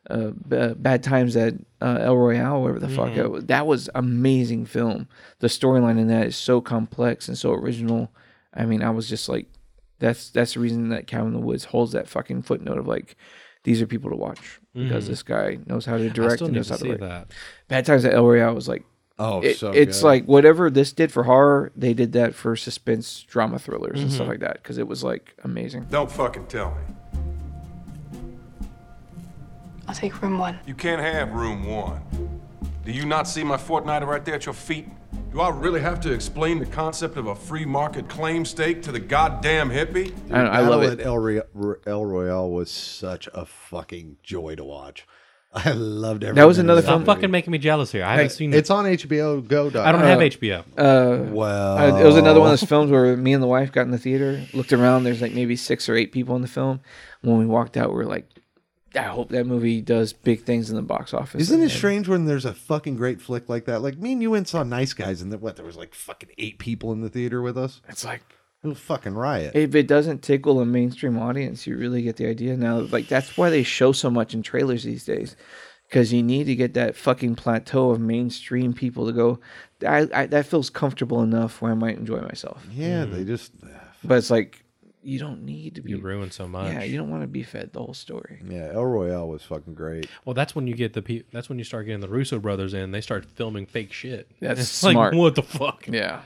I: uh, B- uh, Bad Times at uh, El Royale, whatever the fuck,
O: Mhm.
I: uh, that was amazing film. The storyline in that is so complex and so original. I mean, I was just like, that's that's the reason that Cabin in the Woods holds that fucking footnote of like, these are people to watch because
O: Mhm.
I: this guy knows how to
O: I
I: direct
O: still
I: and
O: need
I: knows
O: to
I: how to
O: see
I: write.
O: that.
I: Bad Times at El Royale was like,
P: Oh,
I: it-
P: so
I: it's
P: good.
I: like whatever this did for horror, they did that for suspense drama thrillers and
R: Mhm.
I: stuff like that because it was like amazing.
R: Don't fucking tell me.
S: I'll take room one.
R: You can't have room one. Do you not see my Fortnite right there at your feet? Do I really have to explain the concept of a free market claim stake to the goddamn hippie?
P: The battle at El, Roy- El Royale was such a fucking joy to watch. <laughs> I loved every.
I: That was
P: minute
I: another
P: of that
I: film-
O: Stop
P: movie.
O: fucking making me jealous here. I haven't
P: Hey,
O: seen
P: It's on HBO Go. Doc.
O: I don't have HBO.
I: Uh,
P: well,
I: I- it was another
P: Oh.
I: one of those films where me and the wife got in the theater, looked around. There's like maybe six or eight people in the film. When we walked out, we were like, "I hope that movie does big things in the box office."
P: Isn't it
I: And-
P: strange when there's a fucking great flick like that? Like me and you went and saw Nice Guys, and then what? There was like fucking eight people in the theater with us.
I: It's like
P: it was a fucking riot.
I: If it doesn't tickle a mainstream audience, you really get the idea now. Like that's why they show so much in trailers these days, because you need to get that fucking plateau of mainstream people to go. I, I that feels comfortable enough where I might enjoy myself.
P: Yeah,
I: Mm.
P: they just.
I: But it's like you don't need to be.
O: You ruin so much.
I: Yeah, you don't want to be fed the whole story.
P: Yeah, El Royale was fucking great.
O: Well, that's when you get the pe- that's when you start getting the Russo brothers in. They start filming fake shit.
I: That's
O: It's
I: smart.
O: Like, <laughs> what the fuck?
I: Yeah.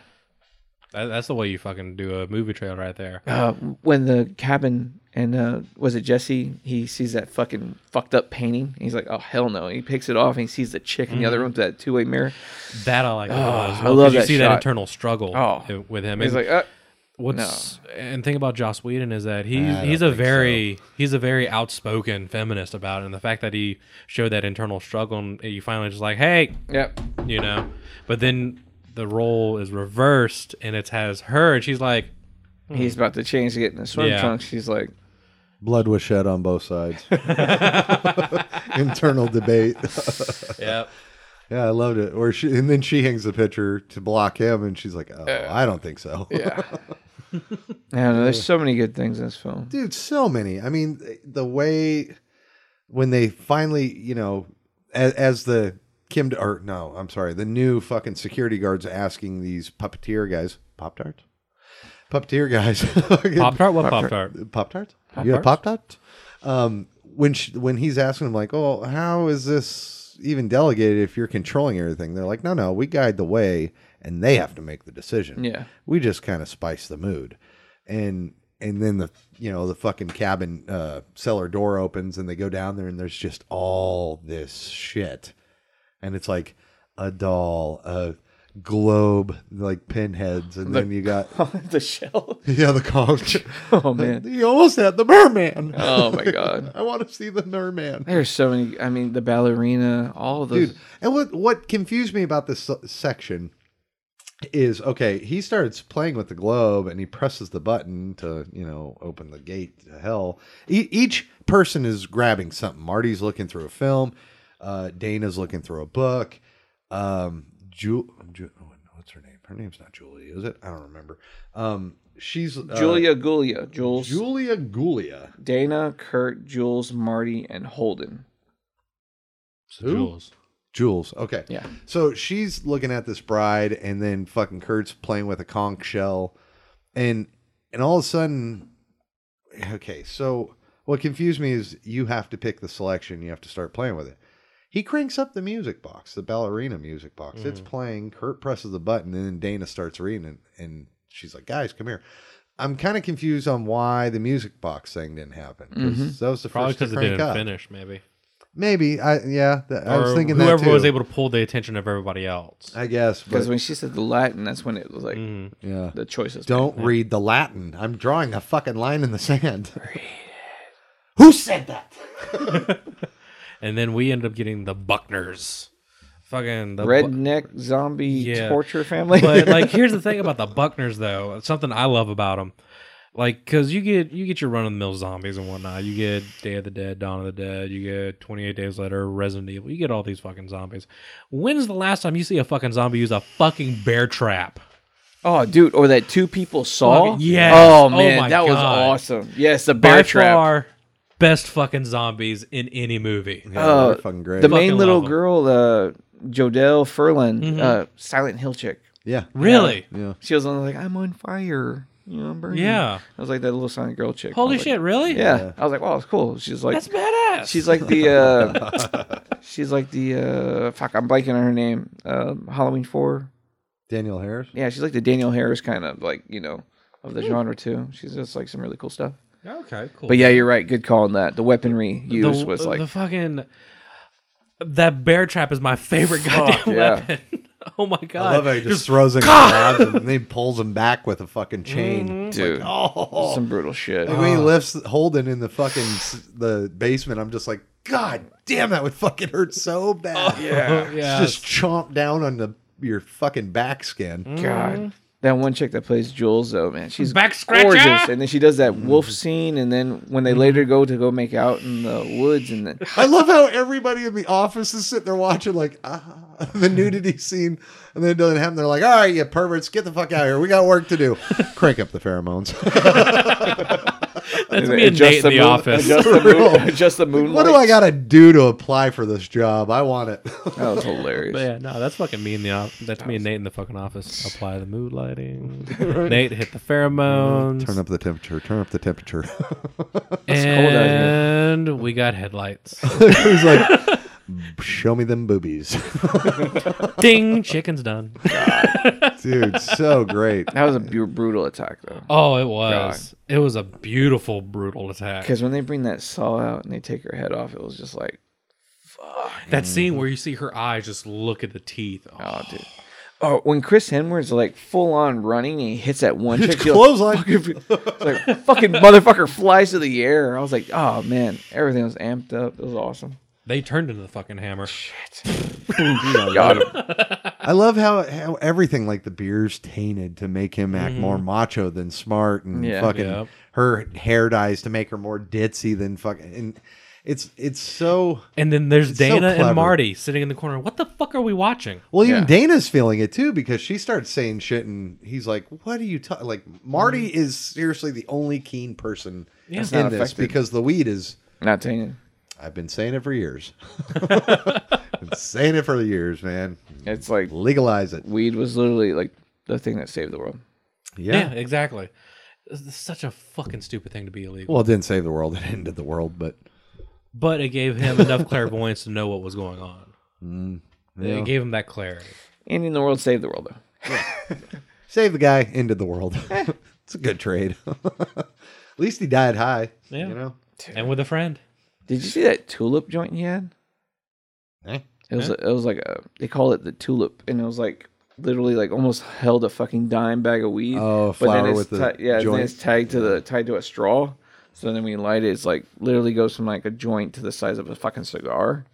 O: That, that's the way you fucking do a movie trailer right there.
I: uh, when the cabin and uh, was it Jesse? He sees that fucking fucked up painting. and He's like, oh hell no! And he picks it off and he sees the chick in the other
O: Mhm.
I: room through that two way mirror.
O: That I like.
I: Oh,
O: that well as
I: I
O: well,
I: love
O: 'cause You
I: that
O: see that
I: shot. Oh.
O: internal struggle i- with him.
I: He's
O: And
I: like, uh,
O: what's and thing about Joss Whedon is that
I: I
O: he's
I: don't
O: he's a
I: think so.
O: very he's a very outspoken feminist about it, and the fact that he showed that internal struggle and you finally just like, hey,
I: yep,
O: you know. But then the role is reversed, and it has her, and she's like, hmm.
I: He's about to change to get in the swim
O: Yeah.
I: trunks. She's like,
P: Blood was shed
I: <laughs>
P: on both sides. Internal debate.
O: Yep.
P: <laughs> Yeah, I loved it. Or she, and then she hangs the picture to block him, and she's like, "Oh,
I: Yeah.
P: I don't think so."
I: Yeah. I don't know, there's so many good things in this film.
P: <laughs> dude, so many. I mean, the way when they finally, you know, as, as the Kim or no, I'm sorry, the new fucking security guards asking these puppeteer guys, pop tarts, puppeteer guys, <laughs>
O: Pop-Tart? What Pop-Tart?
P: Pop tarts?
O: Pop-Tarts?
P: Yeah, pop tart. Um, when she, when he's asking him like, "Oh, how is this even delegated if you're controlling everything?" They're like, "No, no, we guide the way, and they have to make the decision.
I: Yeah.
P: we just kind of spice the mood." And and then the you know the fucking cabin uh, cellar door opens, and they go down there, and there's just all this shit, and it's like a doll, a globe, like pinheads, and
I: The-
P: then you
I: <laughs>
P: got
I: <laughs>
P: <laughs>
I: the shell.
P: Yeah, the conch.
I: <laughs> Oh, man.
P: <laughs> you almost had the merman.
I: <laughs> Oh, my God.
P: <laughs> I want to see the merman.
I: There's so many. I mean, the ballerina, all of those.
P: Dude, and what what confused me about this se- section is okay, he starts playing with the globe and he presses the button to, you know, open the gate to hell. E- each person is grabbing something. Marty's looking through a film, uh, Dana's looking through a book. Um, Ju- Ju- oh, what's her name? Her name's not Julie, is it? I don't remember. Um, she's uh,
I: Julia Gulia, Jules.
P: Julia Gulia.
I: Dana, Kurt, Jules, Marty, and Holden.
P: Who? Jules. Jules. Okay.
I: Yeah.
P: So she's looking at this bride, and then fucking Kurt's playing with a conch shell, and and all of a sudden, okay. So what confused me is you have to pick the selection. You have to start playing with it. He cranks up the music box, the ballerina music box. It's playing. Kurt presses the button, and then Dana starts reading, and, and she's like, "Guys, come here." I'm kind of confused on why the music box thing didn't happen. 'cause
O: Mhm.
P: That was the
O: Probably
P: first to
O: it
P: crank
O: didn't
P: up.
O: finish, maybe.
P: Maybe I yeah. th- I was
O: Or
P: thinking
O: whoever
P: that too.
O: was able to pull the attention of everybody else.
P: I guess
I: Because
P: but-
I: when she said the Latin, that's when it was like
O: Mm.
P: yeah.
I: the choices.
P: Don't read the Latin. I'm drawing a fucking line in the sand.
I: Who said that?
O: And then we end up getting the Buckners. Fucking the Bu-
I: Redneck zombie torture family.
O: <laughs> but like, here's the thing about the Buckners, though. Something I love about them, like, cause you get you get your run of the mill zombies and whatnot. You get Day of the Dead, Dawn of the Dead. You get 28 Days Later, Resident Evil. You get all these fucking zombies. When's the last time you see a fucking zombie use a fucking bear trap?
I: <laughs> Oh, dude, or that two people saw.
O: Fucking- yes.
I: Oh
O: Oh
I: man,
O: my
I: that was
O: God.
I: awesome. Yes, the bear
O: By
I: trap.
O: far, best fucking zombies in any movie.
I: Uh, The main
O: Fucking
I: little
O: love 'em. Mm-hmm.
I: girl, uh, Jodelle Furlan, uh, Silent Hill chick.
P: Yeah.
O: Really?
P: Yeah.
I: She was on like, I'm on fire. You know, I'm burning.
O: Yeah.
I: I was like that little Silent Girl chick. I
O: Holy
I: was like-
O: shit, really?
I: Oh, Yeah.
O: Yeah.
I: I was like, wow, it's cool. She's like,
O: That's badass.
I: She's like the, uh, she's like the, uh, fuck, I'm blanking on her name. Um, Halloween 4.
P: Daniel Harris?
I: Yeah, she's like the Daniel Harris kind of like, you know, of the genre too. She's just like some really cool stuff.
O: Okay, cool.
I: But yeah, you're right. Good call on that. The weaponry used was like
O: the fucking that bear trap is my favorite goddamn
I: yeah.
O: weapon. <laughs> oh my god!
P: I love how
O: <laughs>
P: he just throws him, grabs him, and then he pulls him back with a fucking chain. It's like,
I: Dude,
O: oh.
I: some brutal shit.
P: Like when he lifts Holden in the fucking s- the basement, I'm just like, God damn, that would fucking hurt so bad.
I: yeah.
O: Oh,
P: Just chomp down on the your fucking back skin.
I: God. That one chick that plays Jules, though, man, she's
O: Mm-hmm. Back scratcher! Mm-hmm.
I: gorgeous. And then she does that
P: Mm-hmm.
I: wolf scene, and then when they later go to go make out in the woods, and then
P: I love how everybody in the office is sitting there watching, like, ah, <laughs> the nudity scene, and then it doesn't happen. They're like, all right, you perverts, get the fuck out of here. We got work to do. Crank up the pheromones.
O: That's <laughs> me and Nate in the office.
P: <laughs>
I: adjust the moon, adjust the moonlight.
P: What do I got to do to apply for this job? I want it.
I: That was hilarious.
O: But yeah, no, that's fucking me in the office. That's me and Nate in the fucking office. Apply the mood lighting. Nate hit the pheromones.
P: Turn up the temperature. Turn up the temperature. <laughs>
O: and we got headlights.
P: He's like, show me them boobies. <laughs>
O: Ding, chicken's done.
P: Dude, so great.
I: That was a bu- brutal attack, though.
O: Oh, it was. It was a beautiful, brutal attack.
I: Because when they bring that saw out and they take her head off, it was just like,
O: That scene where you see her eyes just look at the teeth. Oh,
I: dude. oh, when Chris Hemsworth's like full on running and he hits that one
O: It's
I: chick, you're
O: clothesline.
I: Like, fucking, it's like, fucking motherfucker flies to the air. I was like, oh man, everything was amped up. It was awesome.
O: They turned into the fucking hammer. Shit.
I: Got him.
P: I love how, how everything like the beer's tainted to make him act
I: Mhm.
P: more macho than smart and
I: Yeah.
P: fucking
I: Yep.
P: her hair dyes to make her more ditzy than fucking and It's it's so.
O: And then there's
P: it's so
O: Dana
P: clever.
O: and Marty sitting in the corner. What the fuck are we watching?
P: Well, even Dana's feeling it too because she starts saying shit, and he's like, "What are you talking?" Like Marty is seriously the only keen person
I: Yeah. That's
P: in
I: Mm. not
P: this
I: affected.
P: because the weed is
I: Not tainted.
P: I've been saying it for
I: <laughs>
P: years. been saying it for years, man.
I: It's like
P: legalize it.
I: Weed was literally like the thing that saved the world.
O: Yeah, exactly. This is such a fucking stupid thing to be illegal.
P: Well, it didn't save the world; it ended the world, but
O: but it gave him enough clairvoyance to know what was going on.
P: Mm, yeah.
O: It gave him that clarity.
I: Ending the world saved the world though.
P: save the guy, ended the <laughs> world. it's a good trade. <laughs> At least he died high.
O: Yeah.
P: You know.
O: And with a friend.
I: Did you see that tulip joint he had?
P: Eh?
I: It was
O: Eh?
I: it was like a, they call it the tulip, and it was like literally like almost held a fucking dime bag of weed.
P: Oh, flower
I: it's
P: with the
I: ti- yeah, then
P: joint.
I: it's tagged to the tied to a straw. So then when you light it, it's like literally goes from like a joint to the size of a fucking cigar.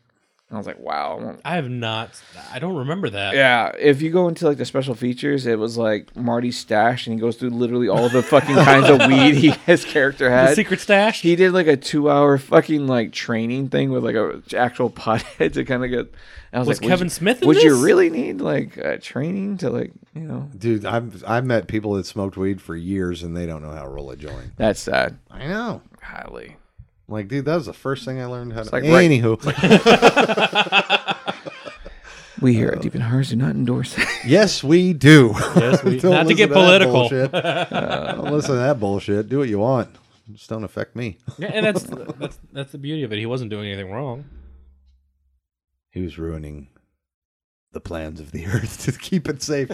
I: And I was like, wow. I want-
O: I have not. I don't remember that.
I: Yeah, if you go into like the special features, it was like Marty's stash, and he goes through literally all the fucking kinds of weed
O: <laughs>
I: he his character had.
O: The secret stash.
I: He did like a two-hour fucking like training thing with like a actual pothead <laughs> to kind of get. I was,
O: Was
I: like, would
O: Kevin
I: you-
O: Smith in
I: Would you
O: this?
I: really need like uh, training to like you know?
P: Dude, I've I've met people that smoked weed for years and they don't know how to roll a joint.
I: That's sad.
P: I know.
I: Highly.
P: Like, dude, that was the first thing I learned how
I: It's
P: to.
I: like right-
P: anywho,
I: We here
O: Uh,
I: at Deep in Hearts do not endorse.
P: <laughs> yes, we do.
I: <laughs> Yes, we-
P: Don't
I: not to
P: listen
I: get
P: that
I: political. <laughs>
P: bullshit. Uh, don't listen to that bullshit. Do what you want. Just don't affect me.
O: Yeah, and that's that's that's the beauty of it. He wasn't doing anything wrong.
P: He was ruining the plans of the <laughs> earth to keep it safe.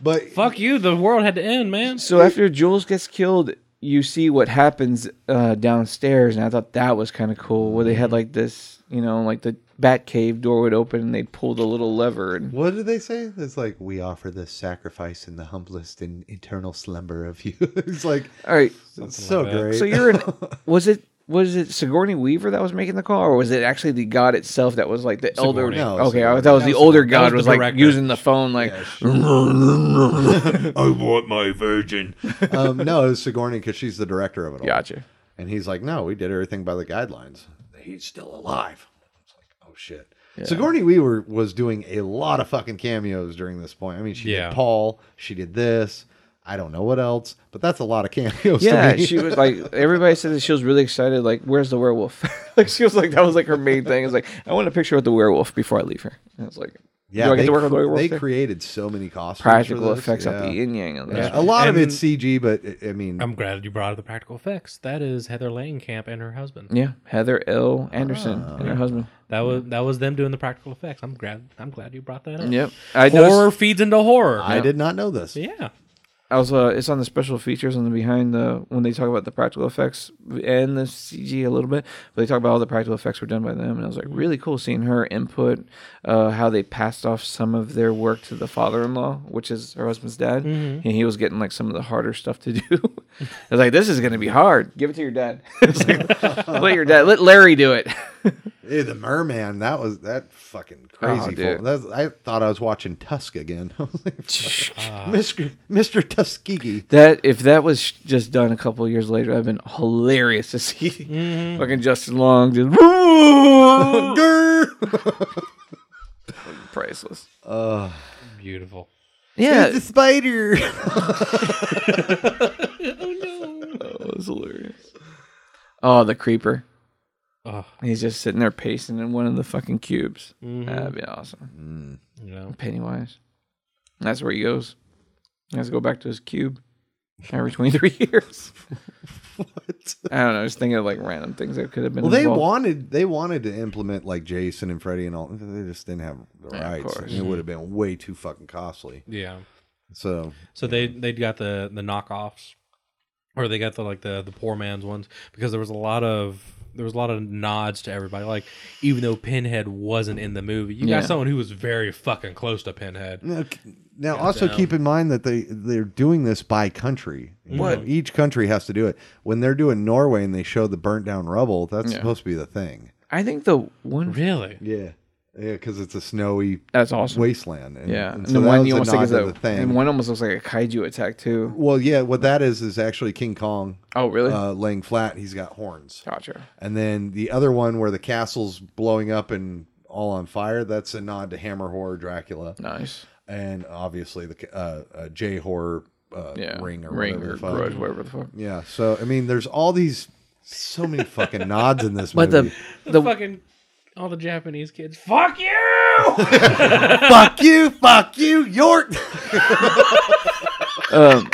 P: But
O: fuck you. The world had to end, man.
I: So after Jules gets killed, you see what happens uh, downstairs, and I thought that was kind of cool. Where they
P: Mm-hmm.
I: had like this, you know, like the bat cave door would open, and they pulled a little lever, and
P: What did they say? It's like we offer this sacrifice in the humblest and eternal slumber of you. <laughs> it's like
I: all right,
P: it's so great.
I: So
P: <laughs>
I: you're in. Was it was it Sigourney Weaver that was making the call, or was it actually the god itself that was like the elder?
P: Sigourney. No,
I: okay, I
P: Sigourney.
I: thought it was
P: That
I: the
P: was
I: older
P: Sigourney.
I: god
P: That was
I: was,
P: the
I: like
P: director.
I: using the phone like.
P: I
C: want my virgin.
P: um, no, it was Sigourney because she's the director of it all.
I: Gotcha.
P: And he's like, no, we did everything by the guidelines. He's still alive. It's like, oh shit. Sigourney Weaver was doing a lot of fucking cameos during this point. I mean, she
I: Yeah.
P: did Paul, she did this. I don't know what else, but that's a lot of cameos. to
I: Yeah,
P: me.
I: she was <laughs> like everybody said that she was really excited. Like, where's the werewolf? <laughs> like she was like that was like her main thing. It's like I want a picture with the werewolf before I leave her. And it's like,
P: Yeah,
I: do I get
P: they,
I: to work with the
P: cre-
I: werewolf?
P: they
I: there?
P: created so many costumes.
I: Practical
P: for this.
I: effects of
P: Yeah.
I: the Um, yin yang.
P: Yeah, A lot of it's CG, but I- I mean,
O: I'm glad you brought up the practical effects. That is Heather Langenkamp and her husband.
I: Yeah, Heather L. Anderson
P: Oh,
I: and her husband.
O: That was that was them doing the practical effects. I'm glad I'm glad you brought that up.
I: Yep.
O: I
I: I
O: horror
I: noticed-
O: feeds into horror.
I: I did
P: not know this.
O: Yeah.
I: I was uh, it's on the special features on the behind the when they talk about the practical effects and the CG a little bit, but they talk about all the practical effects were done by them, and I was like really cool seeing her input, uh, how they passed off some of their work to the father-in-law, which is her husband's dad,
O: Mhm.
I: and he was getting like some of the harder stuff to do. <laughs> I was like, this is gonna be hard. Give it to your dad. <laughs> It's like, let your dad, let Larry do it.
P: Hey, the merman, that was that fucking
I: Oh,
P: crazy.
I: dude.
P: fool. That's- I thought I was watching Tusk again. <laughs> I was like,
I: Ah.
P: <laughs> Mr. Mr.
I: <laughs>
P: Tuskegee.
I: That if that was just done a couple of years later, I've been hilarious to see
P: Mm-hmm.
I: fucking Justin Long just <laughs> priceless.
P: Uh,
O: Beautiful.
I: Yeah.
P: It's a spider. <laughs>
I: That was hilarious. Oh, the creeper.
O: Oh.
I: He's just sitting there pacing in one of the fucking cubes.
O: Mhm.
P: Mm-hmm.
I: That'd be awesome.
O: Yeah.
I: Pennywise. That's where he goes. He has to go back to his cube every 23 <laughs> years.
P: what?
I: I don't know. I was thinking of like random things that could have been.
P: well, they
I: involved.
P: wanted they wanted to implement like Jason and Freddy and all. They just didn't have the
I: Yeah, of
P: rights.
I: course.
P: It would have been way too fucking costly.
O: Yeah.
P: So
O: So they they got the the knockoffs, or they got the like the the poor man's ones because there was a lot of there was a lot of nods to everybody. Like even though Pinhead wasn't in the movie, you
P: Yeah.
O: got someone who was very fucking close to Pinhead.
P: Now, now also keep in mind that they they're doing this by country. You
O: What?
P: know, each country has to do it. When they're doing Norway and they show the burnt down rubble, that's
I: Yeah.
P: supposed to be the thing.
I: I think the one
O: really
P: yeah. Yeah, because it's a snowy
I: That's awesome.
P: wasteland. And,
I: yeah, and,
P: so
I: the
P: that
I: one
P: was
I: you
P: a
I: almost think
P: nod
I: is
P: to
I: a,
P: the thing.
I: and one almost looks like a kaiju attack too.
P: Well, yeah, what that is is actually King Kong.
I: Oh, really?
P: Uh, laying flat, he's got horns.
I: Gotcha.
P: And then the other one where the castle's blowing up and all on fire, that's a nod to Hammer horror Dracula.
I: Nice.
P: And obviously the ca- uh, uh, J horror uh,
I: Yeah,
P: ring or
I: Ring
P: whatever
I: or
P: the fuck.
I: Grudge, whatever the fuck.
P: Yeah. So I mean, there's all these so many fucking nods in this
I: <laughs> But the-
P: movie.
O: The, fucking all the Japanese kids. Fuck you!
P: <laughs> fuck you, fuck you, York.
I: um,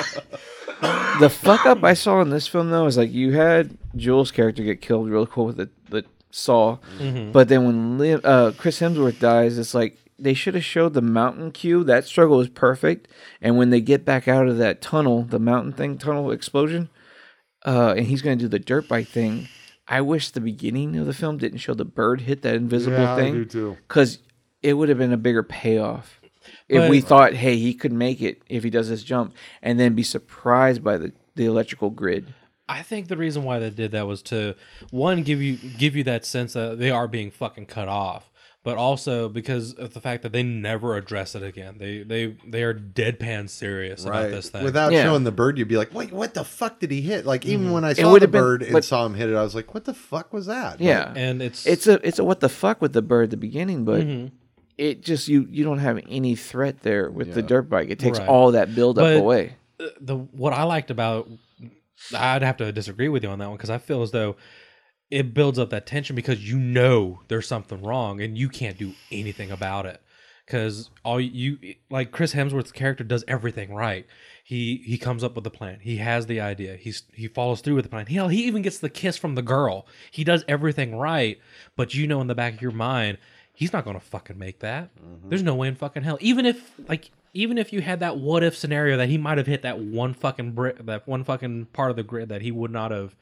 I: the fuck up I saw in this film though is like you had Jules' character get killed real cool with the, the saw,
O: Mhm.
I: but then when Liam, uh, Chris Hemsworth dies, it's like they should have showed the mountain cue. That struggle was perfect, and when they get back out of that tunnel, the mountain thing tunnel explosion, uh, and he's gonna do the dirt bike thing. I wish the beginning of the film didn't show the bird hit that invisible
P: Yeah, I
I: thing,
P: do too.
I: because it would have been a bigger payoff if
O: But-
I: we thought, hey, he could make it if he does this jump, and then be surprised by the, the electrical grid.
O: I think the reason why they did that was to one give you give you that sense that they are being fucking cut off, but also because of the fact that they never address it again. They they they are deadpan serious about this thing
P: Without showing the bird, you'd be like, wait, what the fuck did he hit? Like, even
I: Mm-hmm.
O: Mhm.
P: when I
O: It
P: saw the
O: would've been-
P: bird and
I: but-
P: saw him hit it, I was like, what the fuck was that?
I: Yeah,
P: Like,
O: and it's
I: it's a it's a what the fuck with the bird at the beginning, but
O: Mhm.
I: it just you you don't have any threat there with the
O: Yeah.
I: dirt bike. It takes
O: Right.
I: all that buildup
O: But
I: away.
O: <laughs> The the- what I liked about I'd have to disagree with you on that one because I feel as though it builds up that tension because you know there's something wrong and you can't do anything about it because all you like Chris Hemsworth's character does everything right. He he comes up with the plan. He has the idea. He's he follows through with the plan. Hell, he even gets the kiss from the girl. He does everything right, but you know in the back of your mind, he's not gonna fucking make that. There's no way in fucking hell. Even if like even if you had that what if scenario that he might have hit that one fucking brick, that one fucking part of the grid that he would not have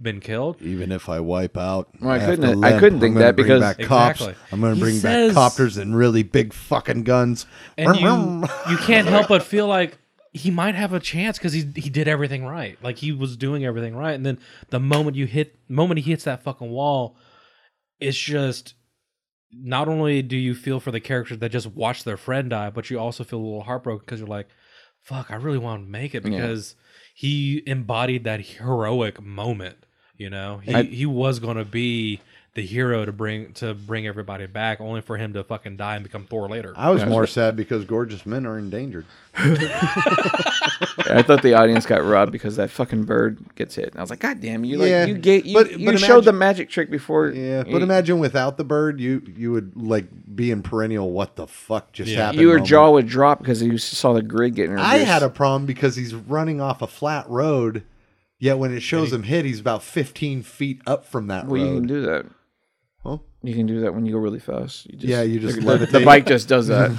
O: been killed.
P: Even if I wipe out,
I: Well, I
P: have
I: couldn't-
P: to
I: I
P: limp.
I: couldn't
P: I'm
I: think
P: gonna
I: that
P: bring
I: because-
P: back cops.
O: Exactly.
P: I'm going to
O: He
P: bring
O: says-
P: back copters and really big fucking guns.
O: and
P: Vroom,
O: you
P: vroom.
O: you can't help but feel like he might have a chance because he he did everything right. Like he was doing everything right, and then the moment you hit, moment he hits that fucking wall, it's just. Not only do you feel for the character that just watched their friend die, but you also feel a little heartbroken because you're like, "Fuck, I really want to make it
I: Yeah.
O: because he embodied that heroic moment." You know, he
I: I-
O: he was gonna be the hero to bring to bring everybody back, only for him to fucking die and become Thor later.
P: <laughs> I was more sad because gorgeous men are endangered.
I: I thought the audience got robbed because that fucking bird gets hit, and I was like, God damn you!
P: Yeah,
I: like, you get you,
P: but-
I: you
P: but
I: showed the magic trick before.
P: Yeah, but imagine without the bird, you you would like be in perennial. What the fuck just happened?
I: Your
P: moment.
I: jaw would drop because you saw the grid getting.
P: I
I: reduced.
P: had a problem because he's running off a flat road, yet when it shows him hit, he's about 15 feet up from that
I: Well, you can
P: road.
I: do that.
P: Well,
I: you can do that when you go really fast. You
P: yeah, you just
I: the,
P: levitate.
I: <laughs> the bike just does that.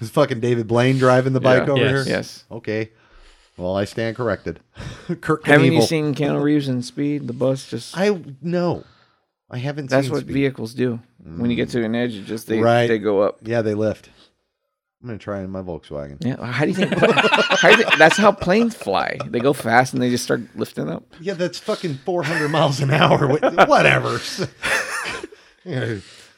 P: Is fucking David Blaine driving the bike
I: Yeah.
P: over
I: Yes.
P: here?
I: Yes.
P: Okay. Well, I stand corrected. <laughs> Kirk
I: Haven't you
P: Knievel.
I: seen Keanu Reeves in Speed? The bus just.
P: I no, I haven't.
I: That's
P: seen
I: what
P: Speed.
I: vehicles do. When you get to an edge, it just they
P: right.
I: they go up.
P: Yeah, they lift. I'm gonna try it in my Volkswagen.
I: Yeah. How do you think? <laughs> how do you think that's how planes fly. They go fast and they just start lifting up.
P: Yeah, that's fucking 400 miles an hour. What- <laughs>
I: <laughs>
P: Whatever.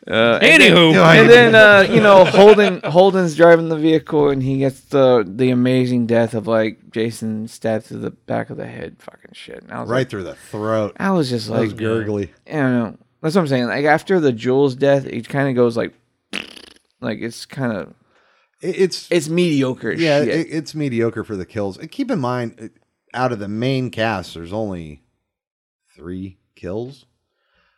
I: Uh,
P: Anywho.
I: and then, and then, uh, you know Holden Holden's driving the vehicle and he gets the the amazing death of like Jason stabbed through the back of the head, fucking shit. And I was
P: right
I: like,
P: through the throat.
I: I was
P: <laughs>
I: just
P: That
I: like
P: was gurgly.
I: I don't know. That's what I'm saying. Like after the Jules death, it kind of goes like, like it's kind of
P: It- It's
I: it's mediocre. as
P: yeah,
I: shit.
P: it, it's mediocre for the kills. And keep in mind, it- out of the main cast, there's only three kills.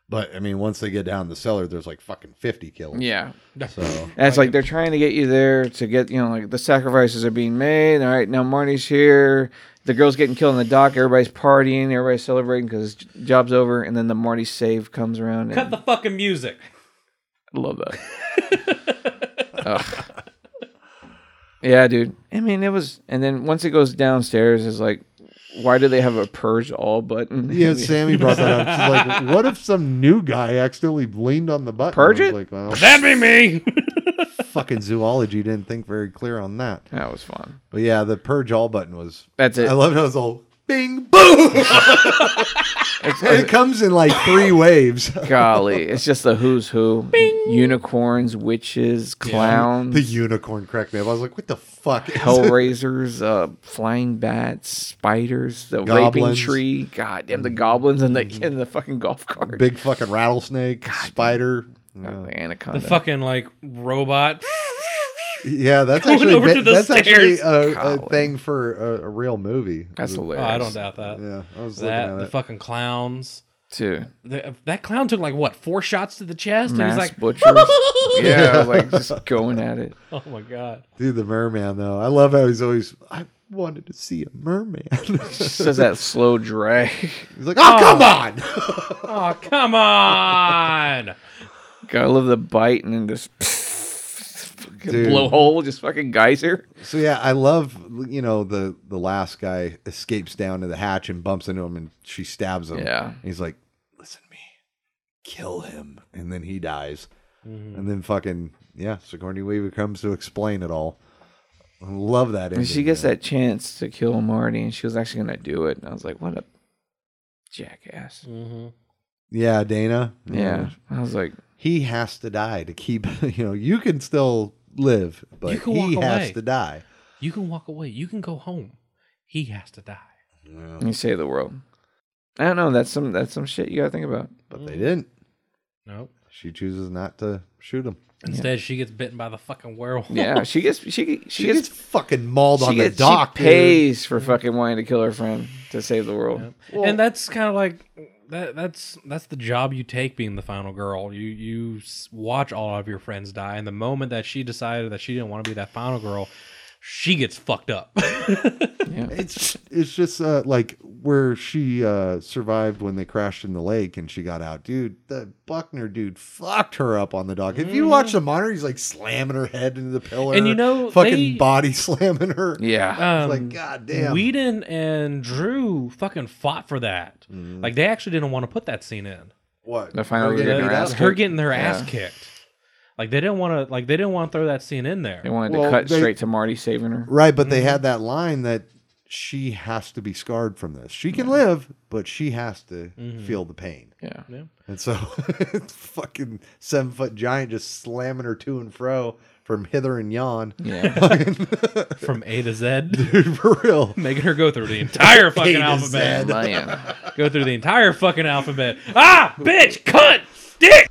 P: But I mean, once they get down the cellar, there's like fucking 50 kills.
I: Yeah.
P: So
I: And it's like they're trying to get you there to get, you know, like the sacrifices are being made. All right, now Marty's here. The girl's getting killed in the dock. Everybody's partying. Everybody's celebrating because job's over. And then the Marty save comes around. And
O: Cut the fucking music.
I: love
O: <laughs>
I: that. Ugh. Yeah, dude. I mean, it was. And then once it goes downstairs, it's like, why do they have a purge all button? <laughs>
P: yeah, Sammy brought that up. She's like, <laughs> what if some new guy accidentally leaned on the button?
I: Purge
P: I was
I: it?
P: Like, well,
O: That'd be me.
P: fucking zoology didn't think very clear on that.
I: That was fun.
P: But yeah, the purge all button was.
I: That's it.
P: I love it. I was all Bing, boom. it comes in like three waves. <laughs>
I: Golly, it's just the who's who: unicorns, witches, clowns,
P: The
O: Mm.
P: unicorn cracked me up. I was like, what the fuck? is
I: hellraisers, uh, flying bats, spiders, the raping
P: Goblins.
I: tree. God damn, the goblins and the and the fucking golf cart.
P: Big fucking rattlesnake, spider.
I: anaconda.
O: <laughs> The fucking like robot.
P: Yeah, that's
O: Going
P: actually
O: over
P: ba-
O: to the
P: that's actually
O: stairs.
P: a, a thing for a, a real movie.
I: That's
O: Oh,
I: hilarious.
O: I don't doubt that.
P: Yeah, I was looking
O: that
P: at
O: the
P: it.
O: fucking clowns.
I: Dude.
O: The- that clown took like what four shots to the chest,
I: Mass
O: and he's like <laughs>
I: butchers. yeah, like just going at it.
O: Oh my god!
P: Dude, the merman though. I love how he's always. I wanted to see a merman. <laughs>
I: Says that slow drag. <laughs>
P: He's like, oh, come on.
O: oh
P: <laughs>
O: come on!
I: Gotta love the bite and then this <laughs>
P: Dude.
I: blowhole, just fucking geyser.
P: So yeah, I love you know the the last guy escapes down to the hatch and bumps into him and she stabs him.
I: Yeah.
P: And he's like, "Listen to me, kill him," and then he dies.
O: Mm-hmm.
P: And then fucking yeah, Sigourney Weaver comes to explain it all. I love that ending.
I: And she gets that chance to kill Marty, and she was actually gonna do it. And I was like, what a jackass.
O: Mm-hmm.
P: yeah, Dana.
I: Yeah. I was like,
P: he has to die to keep. <laughs> You know, you can still live, but
O: you can
P: he
O: walk
P: has
O: away.
P: to die.
O: You can walk away. You can go home. He has to die.
I: You save the world. I don't know. That's some that's some shit you gotta think about.
P: But they didn't.
O: Nope.
P: She chooses not to shoot him.
O: Instead, she gets bitten by the fucking werewolf.
I: Yeah, she gets she she,
P: She gets fucking mauled
I: she
P: on the
I: gets-
P: dock.
I: She
P: dude.
I: pays for fucking wanting to kill her friend to save the world.
O: and that's kind of like that. That's that's the job you take being the final girl. You you s- watch all of your friends die, and the moment that she decided that she didn't want to be that final girl, she gets fucked up. <laughs>
P: It's it's just uh, like where she uh, survived when they crashed in the lake and she got out, dude. The Buckner dude fucked her up on the dock. If you watch the monitor, he's like slamming her head into the pillar,
O: Mm-hmm. And you know,
P: fucking
O: they-
P: body <laughs> slamming her.
I: Yeah.
O: Uh,
P: It's like God damn.
O: Um, Whedon and Drew fucking fought for that. Like they actually didn't want to put that scene in.
P: what
I: The final
P: Her
I: getting Mm-hmm. her
O: That-
I: ass
O: her
I: kicked?
O: getting her
I: Yeah.
O: ass kicked. Like they didn't want to. Like they didn't want to throw that scene in there.
I: They wanted
P: Well,
I: to cut
P: they-
I: straight to Marty saving
P: <laughs>
I: her.
P: right, but they
O: Mm-hmm.
P: had that line that she has to be scarred from this. She can live, but she has to
O: Mm-hmm.
P: feel the pain.
I: Yeah.
O: Yeah.
P: And so, <laughs> fucking seven foot giant just slamming her to and fro from hither and yon. <laughs>
I: Yeah.
O: From A to Z,
P: dude, for real.
O: making her go through the
P: <laughs>
O: entire
P: A
O: fucking
P: to
O: alphabet.
P: Z.
O: Go through the entire fucking alphabet. Ah, bitch, cunt, dick,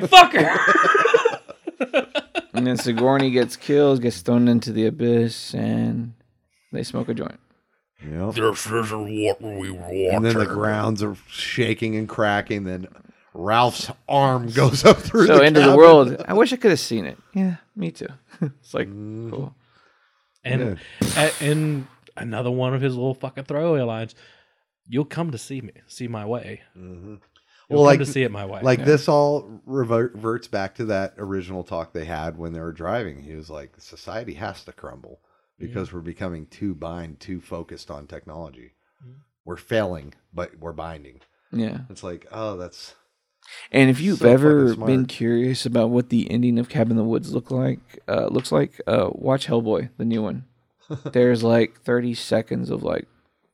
P: <laughs>
O: fucker.
I: <laughs> and then Sigourney gets killed, gets thrown into the abyss, and they smoke a joint.
P: Yep.
C: There's, there's a what we water.
P: And then the grounds are shaking and cracking. Then Ralph's arm goes up through
I: so
P: the
I: end of the
P: cabin.
I: world. I wish I could have seen it. Yeah, me too. <laughs> it's like
P: Mm.
I: cool.
O: And a- and another one of his little fucking throwaway lines. You'll come to see me, see my way. You'll
P: Mm-hmm. Well,
O: come
P: like
O: to see it my way.
P: Like this all revert- reverts back to that original talk they had when they were driving. He was like, "Society has to crumble because
I: Mm.
P: we're becoming too bind, too focused on technology.
I: Mm.
P: We're failing, but we're binding."
I: Yeah.
P: It's like, oh, that's
I: And if you've
P: So fucking
I: ever
P: smart.
I: been curious about what the ending of Cabin in the Woods look like, uh, looks like, uh, watch Hellboy, the
P: <laughs>
I: new one. There's like 30 seconds of like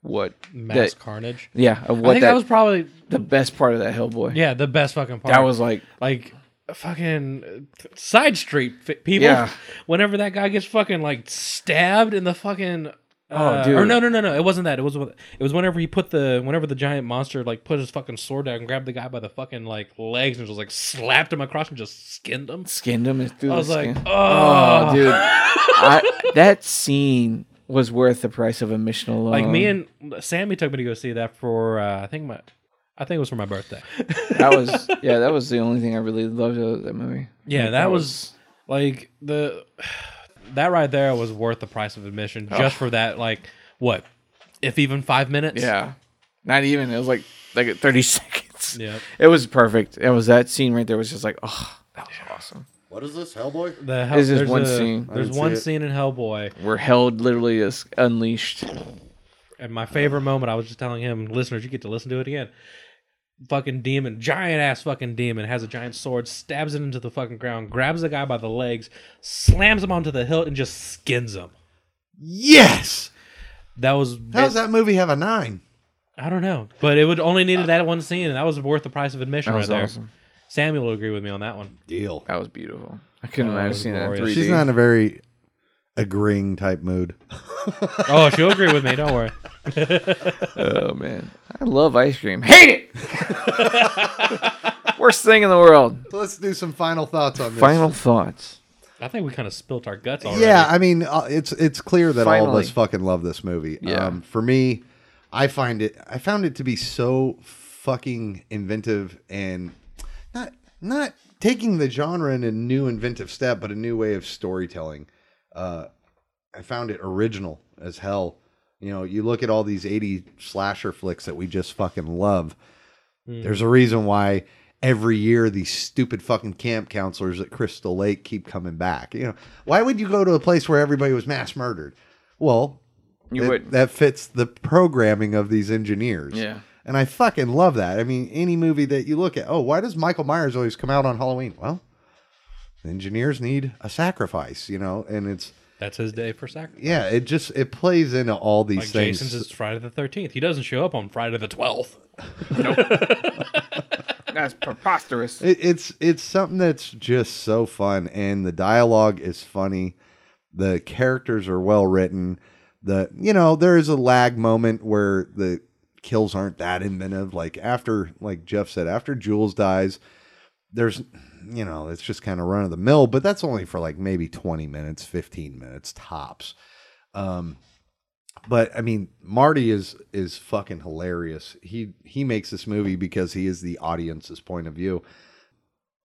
I: what
O: Mass carnage?
I: Yeah,
O: I
I: of what
O: think that was probably-
I: the best part of that Hellboy.
O: Yeah, the best fucking part.
I: That was like
O: like fucking uh, side street f- people.
I: Yeah.
O: Whenever that guy gets fucking like stabbed in the fucking. Uh,
I: Oh, dude.
O: Or no, no, no, no. It wasn't that. It was it was whenever he put the whenever the giant monster like put his fucking sword down and grabbed the guy by the fucking like legs and just like slapped him across and just skinned him.
I: skinned him through
O: I
I: the
O: was like,
I: skin.
O: "Oh." <laughs>
I: dude, I, that scene was worth the price of a mission alone.
O: Like me and Sammy took me to go see that for uh, I think my I think it was for
I: <laughs>
O: my birthday.
I: that was yeah, that was the only thing I really loved about that movie.
O: Yeah,
I: Like,
O: that, was, like the <sighs> that right there was worth the price of admission
I: Oh.
O: just for that. Like what, if even five minutes?
I: Yeah. Not even. It was like like at 30 <laughs> seconds.
O: Yeah.
I: It was perfect. It was that scene right there was just like, oh, that was awesome.
P: what is this Hellboy?
O: The hell,
I: It's just
O: there's
I: one
O: a-
I: scene. I
O: There's
I: didn't see
O: one
I: it.
O: scene in Hellboy,
I: We're held literally is unleashed.
O: and my favorite moment. I was just telling him, listeners, you get to listen to it again. Fucking demon, giant ass fucking demon has a giant sword, stabs it into the fucking ground, grabs the guy by the legs, slams him onto the hilt, and just skins him.
P: Yes.
O: That was
P: How does that movie have a nine?
O: I don't know, but it would only needed that one scene, and that was worth the price of admission
I: That
O: right
I: was
O: there.
I: awesome.
O: Samuel will agree with me on that one.
P: Deal.
I: That was beautiful. I couldn't
O: Oh, it
I: imagine
O: was
I: seeing that in
O: glorious.
I: 3D.
P: She's not in a very agreeing type mood.
O: oh, she'll agree with me. Don't worry.
I: oh man, I love ice cream. Hate it. <laughs> Worst thing in the world.
P: So let's do some final thoughts on this.
I: Final thoughts.
O: I think we kind of spilt our guts already.
P: Yeah, I mean, uh, it's it's clear that all of
O: Finally.
P: us fucking love this movie.
O: Yeah.
P: Um, for me, I find it. I found it to be so fucking inventive and not not taking the genre in a new inventive step, but a new way of storytelling. Uh, I found it original as hell. You know, you look at all these 80 slasher flicks that we just fucking love.
T: Mm.
P: There's a reason why every year these stupid fucking camp counselors at Crystal Lake keep coming back. You know, why would you go to a place where everybody was mass murdered? Well,
I: You
P: that-
I: wouldn't.
P: that fits the programming of these engineers.
I: Yeah.
P: And I fucking love that. I mean, any movie that you look at, oh, why does Michael Myers always come out on Halloween? Well, engineers need a sacrifice, you know, and it's
O: That's his day for sacrifice.
P: yeah, it just it plays into all these
O: Like
P: things.
O: Jason's is Friday the thirteenth. He doesn't show up on Friday the twelfth.
I: That's preposterous.
P: It, it's it's something that's just so fun, and the dialogue is funny. The characters are well written. The you know there is a lag moment where the kills aren't that inventive. Like after like Jeff said, after Jules dies, there's you know it's just kind of run of the mill, but that's only for like maybe twenty minutes, fifteen minutes tops. Um, but I mean, Marty is is fucking hilarious. He he makes this movie because he is the audience's point of view.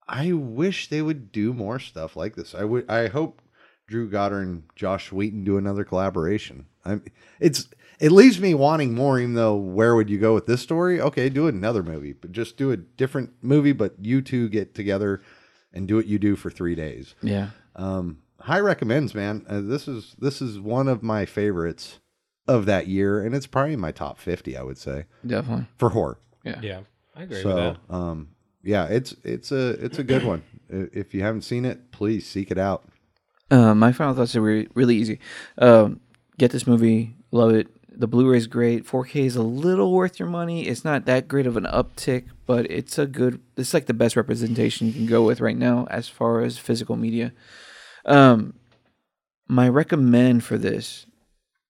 P: I wish they would do more stuff like this. I would I hope Drew Goddard and Josh Wheaton do another collaboration. I'm it's it leaves me wanting more, even though where would you go with this story? Okay, do another movie, but just do a different movie, but you two get together and do what you do for three days.
I: Yeah.
P: Um, high recommends, man. Uh, this is this is one of my favorites of that year, and it's probably in my top fifty. I would say
I: Definitely.
P: for horror.
I: Yeah.
O: Yeah, I agree
P: so,
O: with that.
P: um, yeah, it's it's a it's a good one. I- If you haven't seen it, please seek it out.
I: Uh, my final thoughts are re- really easy. Um, get this movie, love it. The Blu-ray's great. 4K is a little worth your money. It's not that great of an uptick, but it's a good. It's like the best representation you can go with right now as far as physical media. Um, my recommend for this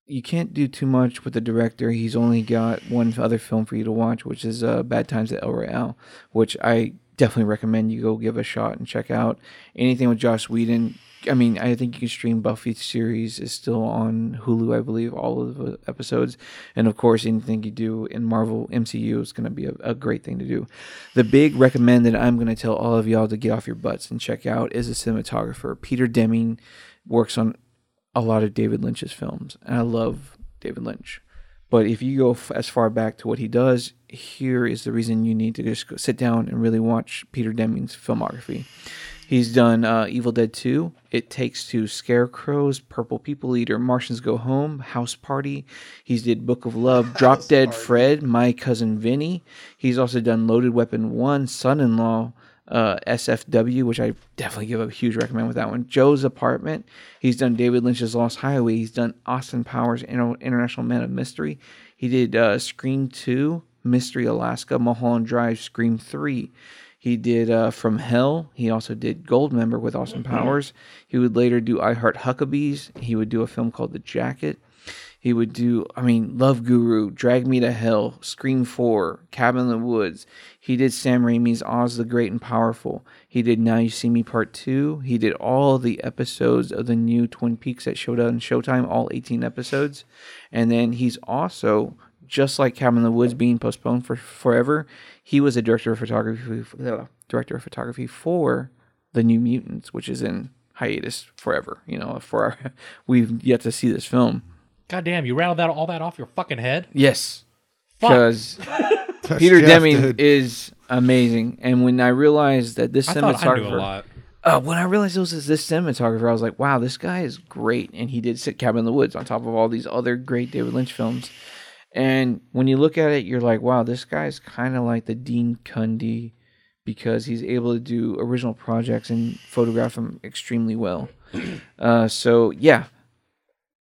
I: you can't do too much with the director. He's only got one other film for you to watch, which is uh, Bad Times at El Royale, which I definitely recommend you go give a shot and check out. Anything with Josh Whedon, I mean, I think you can stream Buffy series is still on Hulu, I believe, all of the episodes, and of course, anything you do in Marvel MCU is going to be a, a great thing to do. The big recommend that I'm going to tell all of y'all to get off your butts and check out is a cinematographer, Peter Deming, works on a lot of David Lynch's films, and I love David Lynch. But if you go f- as far back to what he does, here is the reason you need to just go sit down and really watch Peter Deming's filmography. He's done uh, Evil Dead 2, It Takes Two, Scarecrows, Purple People Eater, Martians Go Home, House Party. He's did Book of Love, Drop Dead Fred, My Cousin Vinny. He's also done Loaded Weapon 1, Son in Law, uh, SFW, which I definitely give a huge recommend with that one. Joe's Apartment. He's done David Lynch's Lost Highway. He's done Austin Powers Inter- International Man of Mystery. He did uh, Scream 2, Mystery Alaska, Mulholland Drive, Scream 3. He did uh, From Hell. He also did Goldmember with Austin Powers. He would later do I Heart Huckabees. He would do a film called The Jacket. He would do, I mean, Love Guru, Drag Me to Hell, Scream 4, Cabin in the Woods. He did Sam Raimi's Oz the Great and Powerful. He did Now You See Me Part 2. He did all the episodes of the new Twin Peaks that showed up on Showtime, all 18 episodes. And then he's also, just like Cabin in the Woods being postponed for forever, he was a director of photography, uh, director of photography for the New Mutants, which is in hiatus forever. You know, for our, <laughs> we've yet to see this film.
O: God damn, you rattled that all that off your fucking head.
I: Yes.
O: Fuck.
I: Because
O: That's
I: Peter
O: Jeff,
I: Deming
O: dude.
I: is amazing. And when I realized that this
O: I
I: cinematographer.
O: thought I knew a lot.
I: Uh, when I realized it was this cinematographer, I was like, wow, this guy is great. And he did Sit Cabin in the Woods on top of all these other great David Lynch films. And when you look at it, you're like, wow, this guy's kind of like the Dean Cundy because he's able to do original projects and photograph them extremely well. Uh, so, yeah,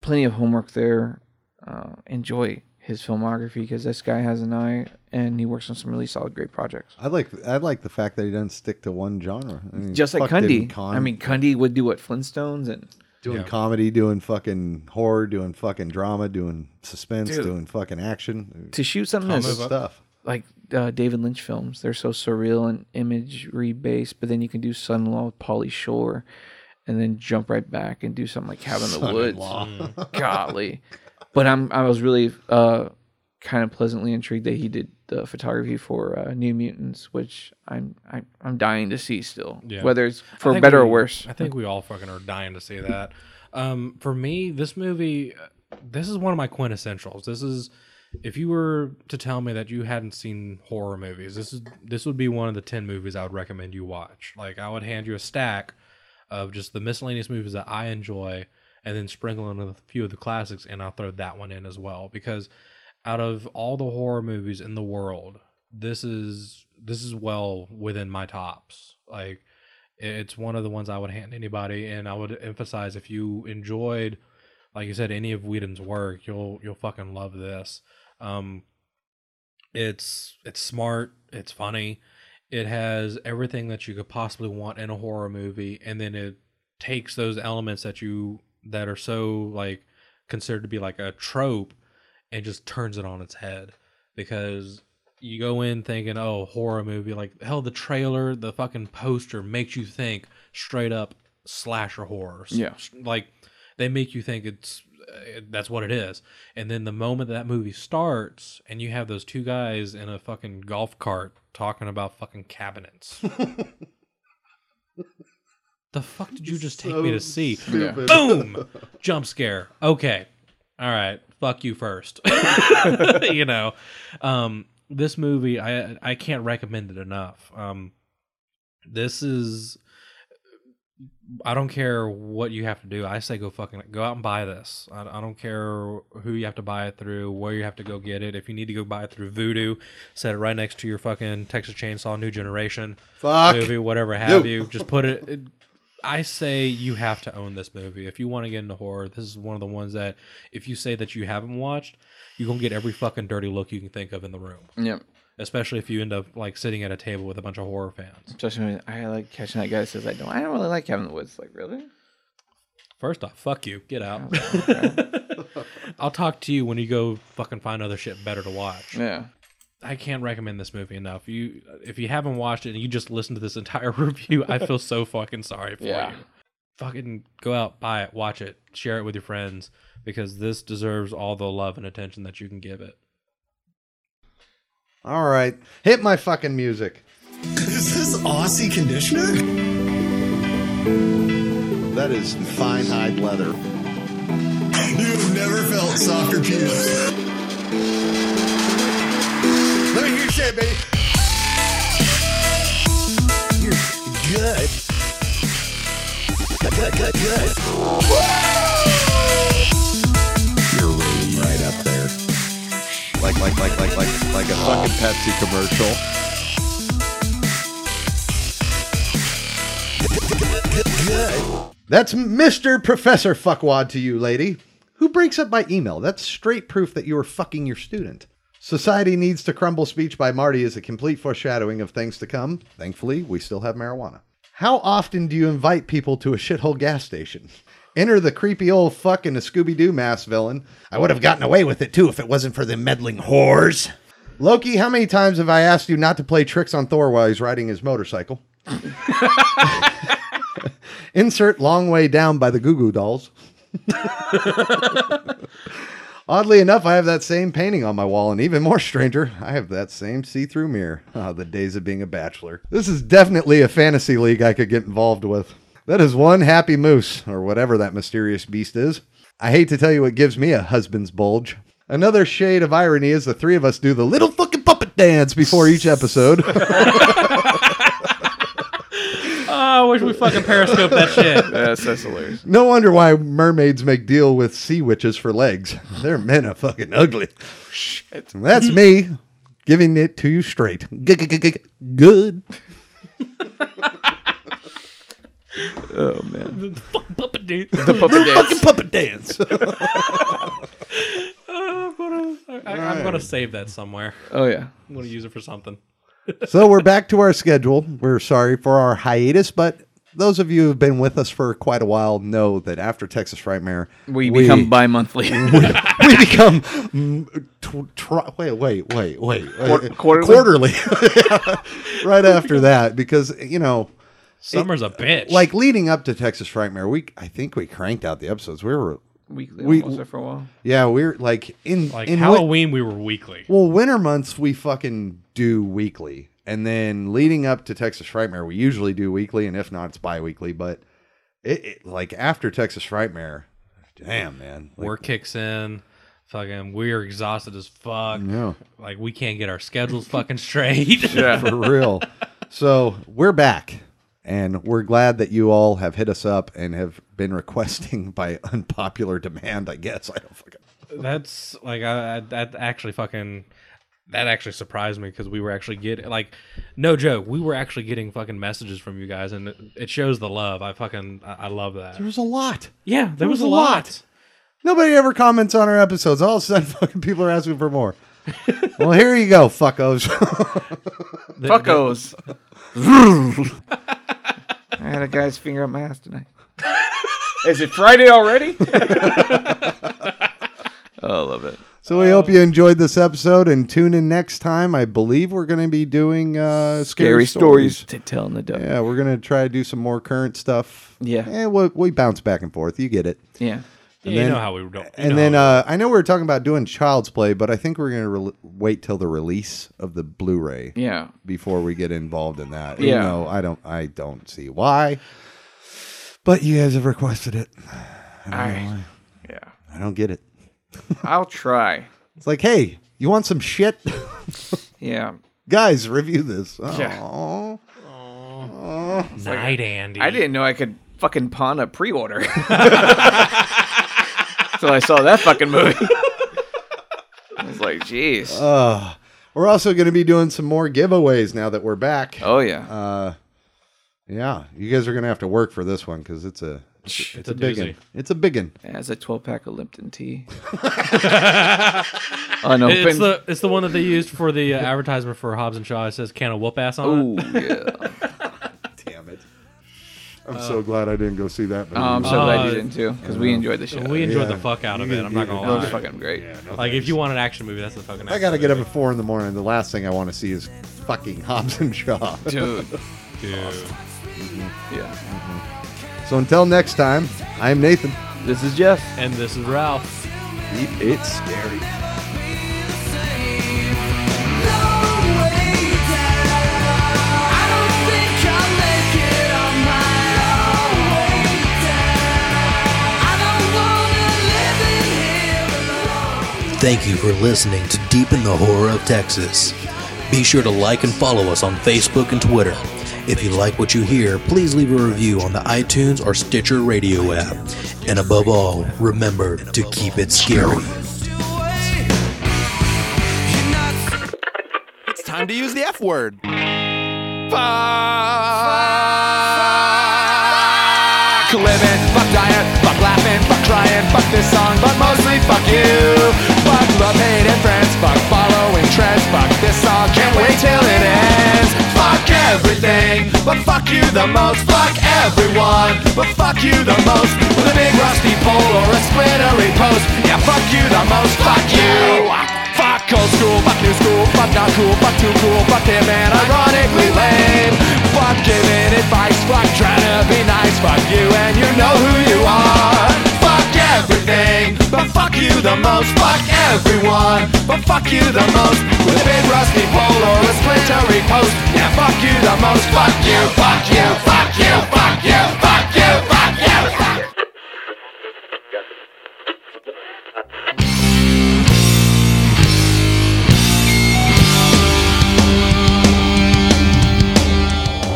I: plenty of homework there. uh, enjoy his filmography because this guy has an eye and he works on some really solid, great projects.
P: I like I like the fact that he doesn't stick to one genre. I mean,
I: Just like
P: fuck,
I: Cundy.
P: didn't Con-
I: I mean, Cundy would do what Flintstones and
P: doing comedy, doing fucking horror, doing fucking drama, doing suspense,
I: Dude.
P: doing fucking action.
I: to shoot something
P: Combo
I: that's
P: stuff.
I: like uh, David Lynch films. They're so surreal and imagery based, but then you can do Son in Law with Polly Shore, and then jump right back and do something like Cabin in the Woods.
P: Son-in-Law. Mm.
I: Golly, but I'm I was really uh, kind of pleasantly intrigued that he did the photography for uh, New Mutants, which I'm I, I'm dying to see still, whether it's
O: I
I: for
O: think
I: better or
O: we-
I: worse.
O: I think we all fucking are dying to see that. Um, for me, this movie, uh, this is one of my quintessentials. This is, if you were to tell me that you hadn't seen horror movies, this is this would be one of the ten movies I would recommend you watch. Like I would hand you a stack of just the miscellaneous movies that I enjoy, and then sprinkle in a few of the classics, and I'll throw that one in as well because out of all the horror movies in the world, this is this is well within my tops. Like it's one of the ones I would hand anybody, and I would emphasize if you enjoyed, like you said, any of Whedon's work, you'll you'll fucking love this. Um, it's it's smart, it's funny, it has everything that you could possibly want in a horror movie, and then it takes those elements that you that are so like considered to be like a trope and just turns it on its head because you go in thinking, oh, horror movie. Like, hell, the trailer, the fucking poster makes you think straight up slasher horrors.
I: Yeah.
O: Like, they make you think it's uh, that's what it is. And then the moment that movie starts and you have those two guys in a fucking golf cart talking about fucking cabinets. the fuck did you just take me to
P: So
O: see?
P: stupid.
O: Boom! Jump scare. Okay. All right. Fuck you first. <laughs> you know, um, this movie, I I can't recommend it enough. Um, this is, I don't care what you have to do. I say go fucking go out and buy this. I, I don't care who you have to buy it through, where you have to go get it. If you need to go buy it through Voodoo, set it right next to your fucking Texas Chainsaw New Generation
P: Fuck
O: movie, whatever have
P: you.
O: you. Just put it- it I say you have to own this movie. If you want to get into horror, this is one of the ones that if you say that you haven't watched, you're going to get every fucking dirty look you can think of in the room.
I: Yep.
O: Especially if you end up like sitting at a table with a bunch of horror fans.
I: Especially when I like catching that guy that says I don't I don't really like Cabin in the Woods. Like really?
O: First off, fuck you. Get out. <laughs> I'll talk to you when you go fucking find other shit better to watch. <laughs>
I: Yeah.
O: I can't recommend this movie enough. You if you haven't watched it and you just listened to this entire <laughs> review, I feel so fucking sorry for
I: Yeah.
O: you. Fucking go out, buy it, watch it, share it with your friends because this deserves all the love and attention that you can give it.
P: All right, hit my fucking music.
T: Is this Aussie conditioner?
P: That is fine hide leather.
T: You've never felt softer penis. Let me hear your shit, baby. You're good. Good, good, good, good.
P: You're really right up there. Like, like, like, like, like, like a fucking Pepsi commercial. That's Mr. Professor Fuckwad to you, lady. Who breaks up by email? That's straight proof that you are fucking your student. Society Needs to Crumble speech by Marty is a complete foreshadowing of things to come. Thankfully, we still have marijuana. How often do you invite people to a shithole gas station? Enter the creepy old fuck in a Scooby Doo mask villain. I would have gotten away with it too if it wasn't for the meddling whores. Loki, how many times have I asked you not to play tricks on Thor while he's riding his motorcycle? Insert Long Way Down by the Goo Goo Dolls. Oddly enough, I have that same painting on my wall, and even more stranger, I have that same see through mirror. Ah, the days of being a bachelor. This is definitely a fantasy league I could get involved with. That is one happy moose, or whatever that mysterious beast is. I hate to tell you what gives me a husband's bulge. Another shade of irony is the three of us do the little fucking puppet dance before each episode.
O: Oh, I wish we fucking periscope that shit.
I: <laughs> Yes, that's hilarious.
P: No wonder why mermaids make deal with sea witches for
I: <laughs>
P: legs. Their men are fucking ugly. That's me giving it to you straight. Good.
I: Oh man.
O: <laughs> The fucking puppet dance.
P: The puppet dance.
O: fucking puppet dance. want to save that somewhere.
I: Oh, yeah.
O: I'm going to use it for something.
P: <laughs> so we're back to our schedule. We're sorry for our hiatus, but those of you who've been with us for quite a while know that after Texas Nightmare,
I: We become <laughs> bi-monthly.
P: we, <laughs> we become mm, tw- tri- wait, wait, wait, wait,
I: Quar-
P: wait,
I: quarterly?
P: quarterly.
I: <laughs>
P: <laughs> right after that, because you know.
O: Summer's a bitch.
P: Like leading up to Texas Frightmare, we I think we cranked out the episodes. We were
I: Weekly
P: we-
I: almost there for a while.
P: Yeah, we were like in
O: Like
P: in win-
O: Halloween, we were weekly.
P: well, winter months we fucking do weekly, and then leading up to Texas Frightmare, we usually do weekly, and if not, it's bi-weekly. But it, it like after Texas Frightmare, damn man, like,
O: Work kicks in. Fucking, we're exhausted as fuck.
P: Yeah.
O: Like, we can't get our schedules fucking <laughs> straight.
P: for real. So we're back, and we're glad that you all have hit us up and have been requesting <laughs> by unpopular demand. I guess I don't fucking.
O: That's like I, I that actually fucking that actually surprised me because we were actually getting like no joke we were actually getting fucking messages from you guys and it, it shows the love I fucking I, I love that
P: There was a lot.
O: Yeah, there was a lot.
P: Nobody ever comments on our episodes. All of a sudden, <laughs> fucking people are asking for more. well, here you go, fuckos. <laughs>
I: Fuckos. <laughs> I had a guy's finger up my ass <laughs> tonight.
E: Is it Friday
I: <laughs>
E: already?
I: Oh, I love it.
P: So we hope you enjoyed this episode and tune in next time. I believe we're going to be doing uh,
I: Scary stories to tell in the dark.
P: Yeah, we're going to try to do some more current stuff.
I: Yeah.
P: Eh, we, we bounce back and forth. You get it.
I: Yeah.
O: Yeah, you know how we don't- you
P: And
O: know
P: then uh, I know we were talking about doing Child's Play, but I think we're going to re- wait till the release of the Blu-ray.
I: Yeah.
P: Before we get involved in that.
I: Yeah.
P: You know, I don't. I don't see why. But you guys have requested it. I don't know
I: I-
P: why.
I: yeah.
P: I don't get it.
I: I'll try.
P: It's like, hey, you want some shit? <laughs>
I: Yeah.
P: Guys, review this. Oh.
I: Yeah.
O: It's like- Night, Andy.
E: I didn't know I could fucking pawn a
I: <laughs>
E: pre-order. Until I saw that fucking
I: <laughs>
E: movie. I was like, jeez.
P: Uh, we're also going to be doing some more giveaways now that we're back.
I: Oh, yeah.
P: Uh, yeah, you guys are going to have to work for this one because it's a it's, a- it's a, big one.
I: doozy.
P: It's a big one.
I: As a 12 pack of Lipton <laughs> tea. Unopened.
O: it's the it's the one that they used for the uh, advertisement for Hobbs and Shaw. It says can of whoop ass on
I: it. yeah.
P: Damn it. I'm so glad I didn't go see that.
I: Oh, I'm so glad you didn't too, because Uh, we enjoyed the show.
O: We enjoyed the fuck out of it. I'm not gonna lie.
I: It was fucking great.
O: like if you want an action movie, that's the fucking.
P: I got to get up at four in the morning. The last thing I want to see is fucking Hobbs and Shaw.
I: Dude.
O: Dude.
I: Yeah.
P: So until next time, I'm Nathan.
I: This is Jeff.
O: And this is Ralph.
P: It's scary.
U: Thank you for listening to Deep in the Horror of Texas. Be sure to like and follow us on Facebook and Twitter. If you like what you hear, please leave a review on the iTunes or Stitcher radio app. And above all, remember to keep it scary.
E: It's time to use the F word.
T: Fuck living, fuck dying, fuck laughing, fuck crying, fuck this song, but mostly fuck you. Fuck love, hate, and friends, fuck following trends, fuck this song, can't wait till it ends. Fuck everything, but fuck you the most. Fuck everyone, but fuck you the most. With a big rusty pole or a splintery post, yeah, fuck you the most. Fuck you. Fuck old school, fuck new school, fuck not cool, fuck too cool, fuck him and ironically lame. Fuck giving advice, fuck trying to be nice, fuck you and you know who you are. Fuck everything, but fuck you the most. Fuck everyone, but fuck you the most. With a big rusty pole or a splintery post, yeah, fuck you the most. Fuck you, fuck you, fuck you, fuck you, fuck you, fuck you. Fuck you.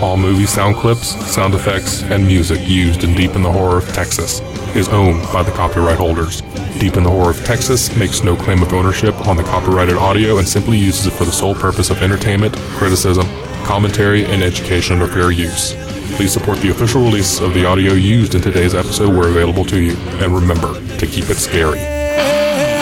C: All movie sound clips, sound effects, and music used in Deep in the Horror of Texas is owned by the copyright holders. Deep in the Horror of Texas makes no claim of ownership on the copyrighted audio and simply uses it for the sole purpose of entertainment, criticism, commentary, and education under fair use. Please support the official release of the audio used in today's episode where available to you, and remember to keep it scary.
T: Hey,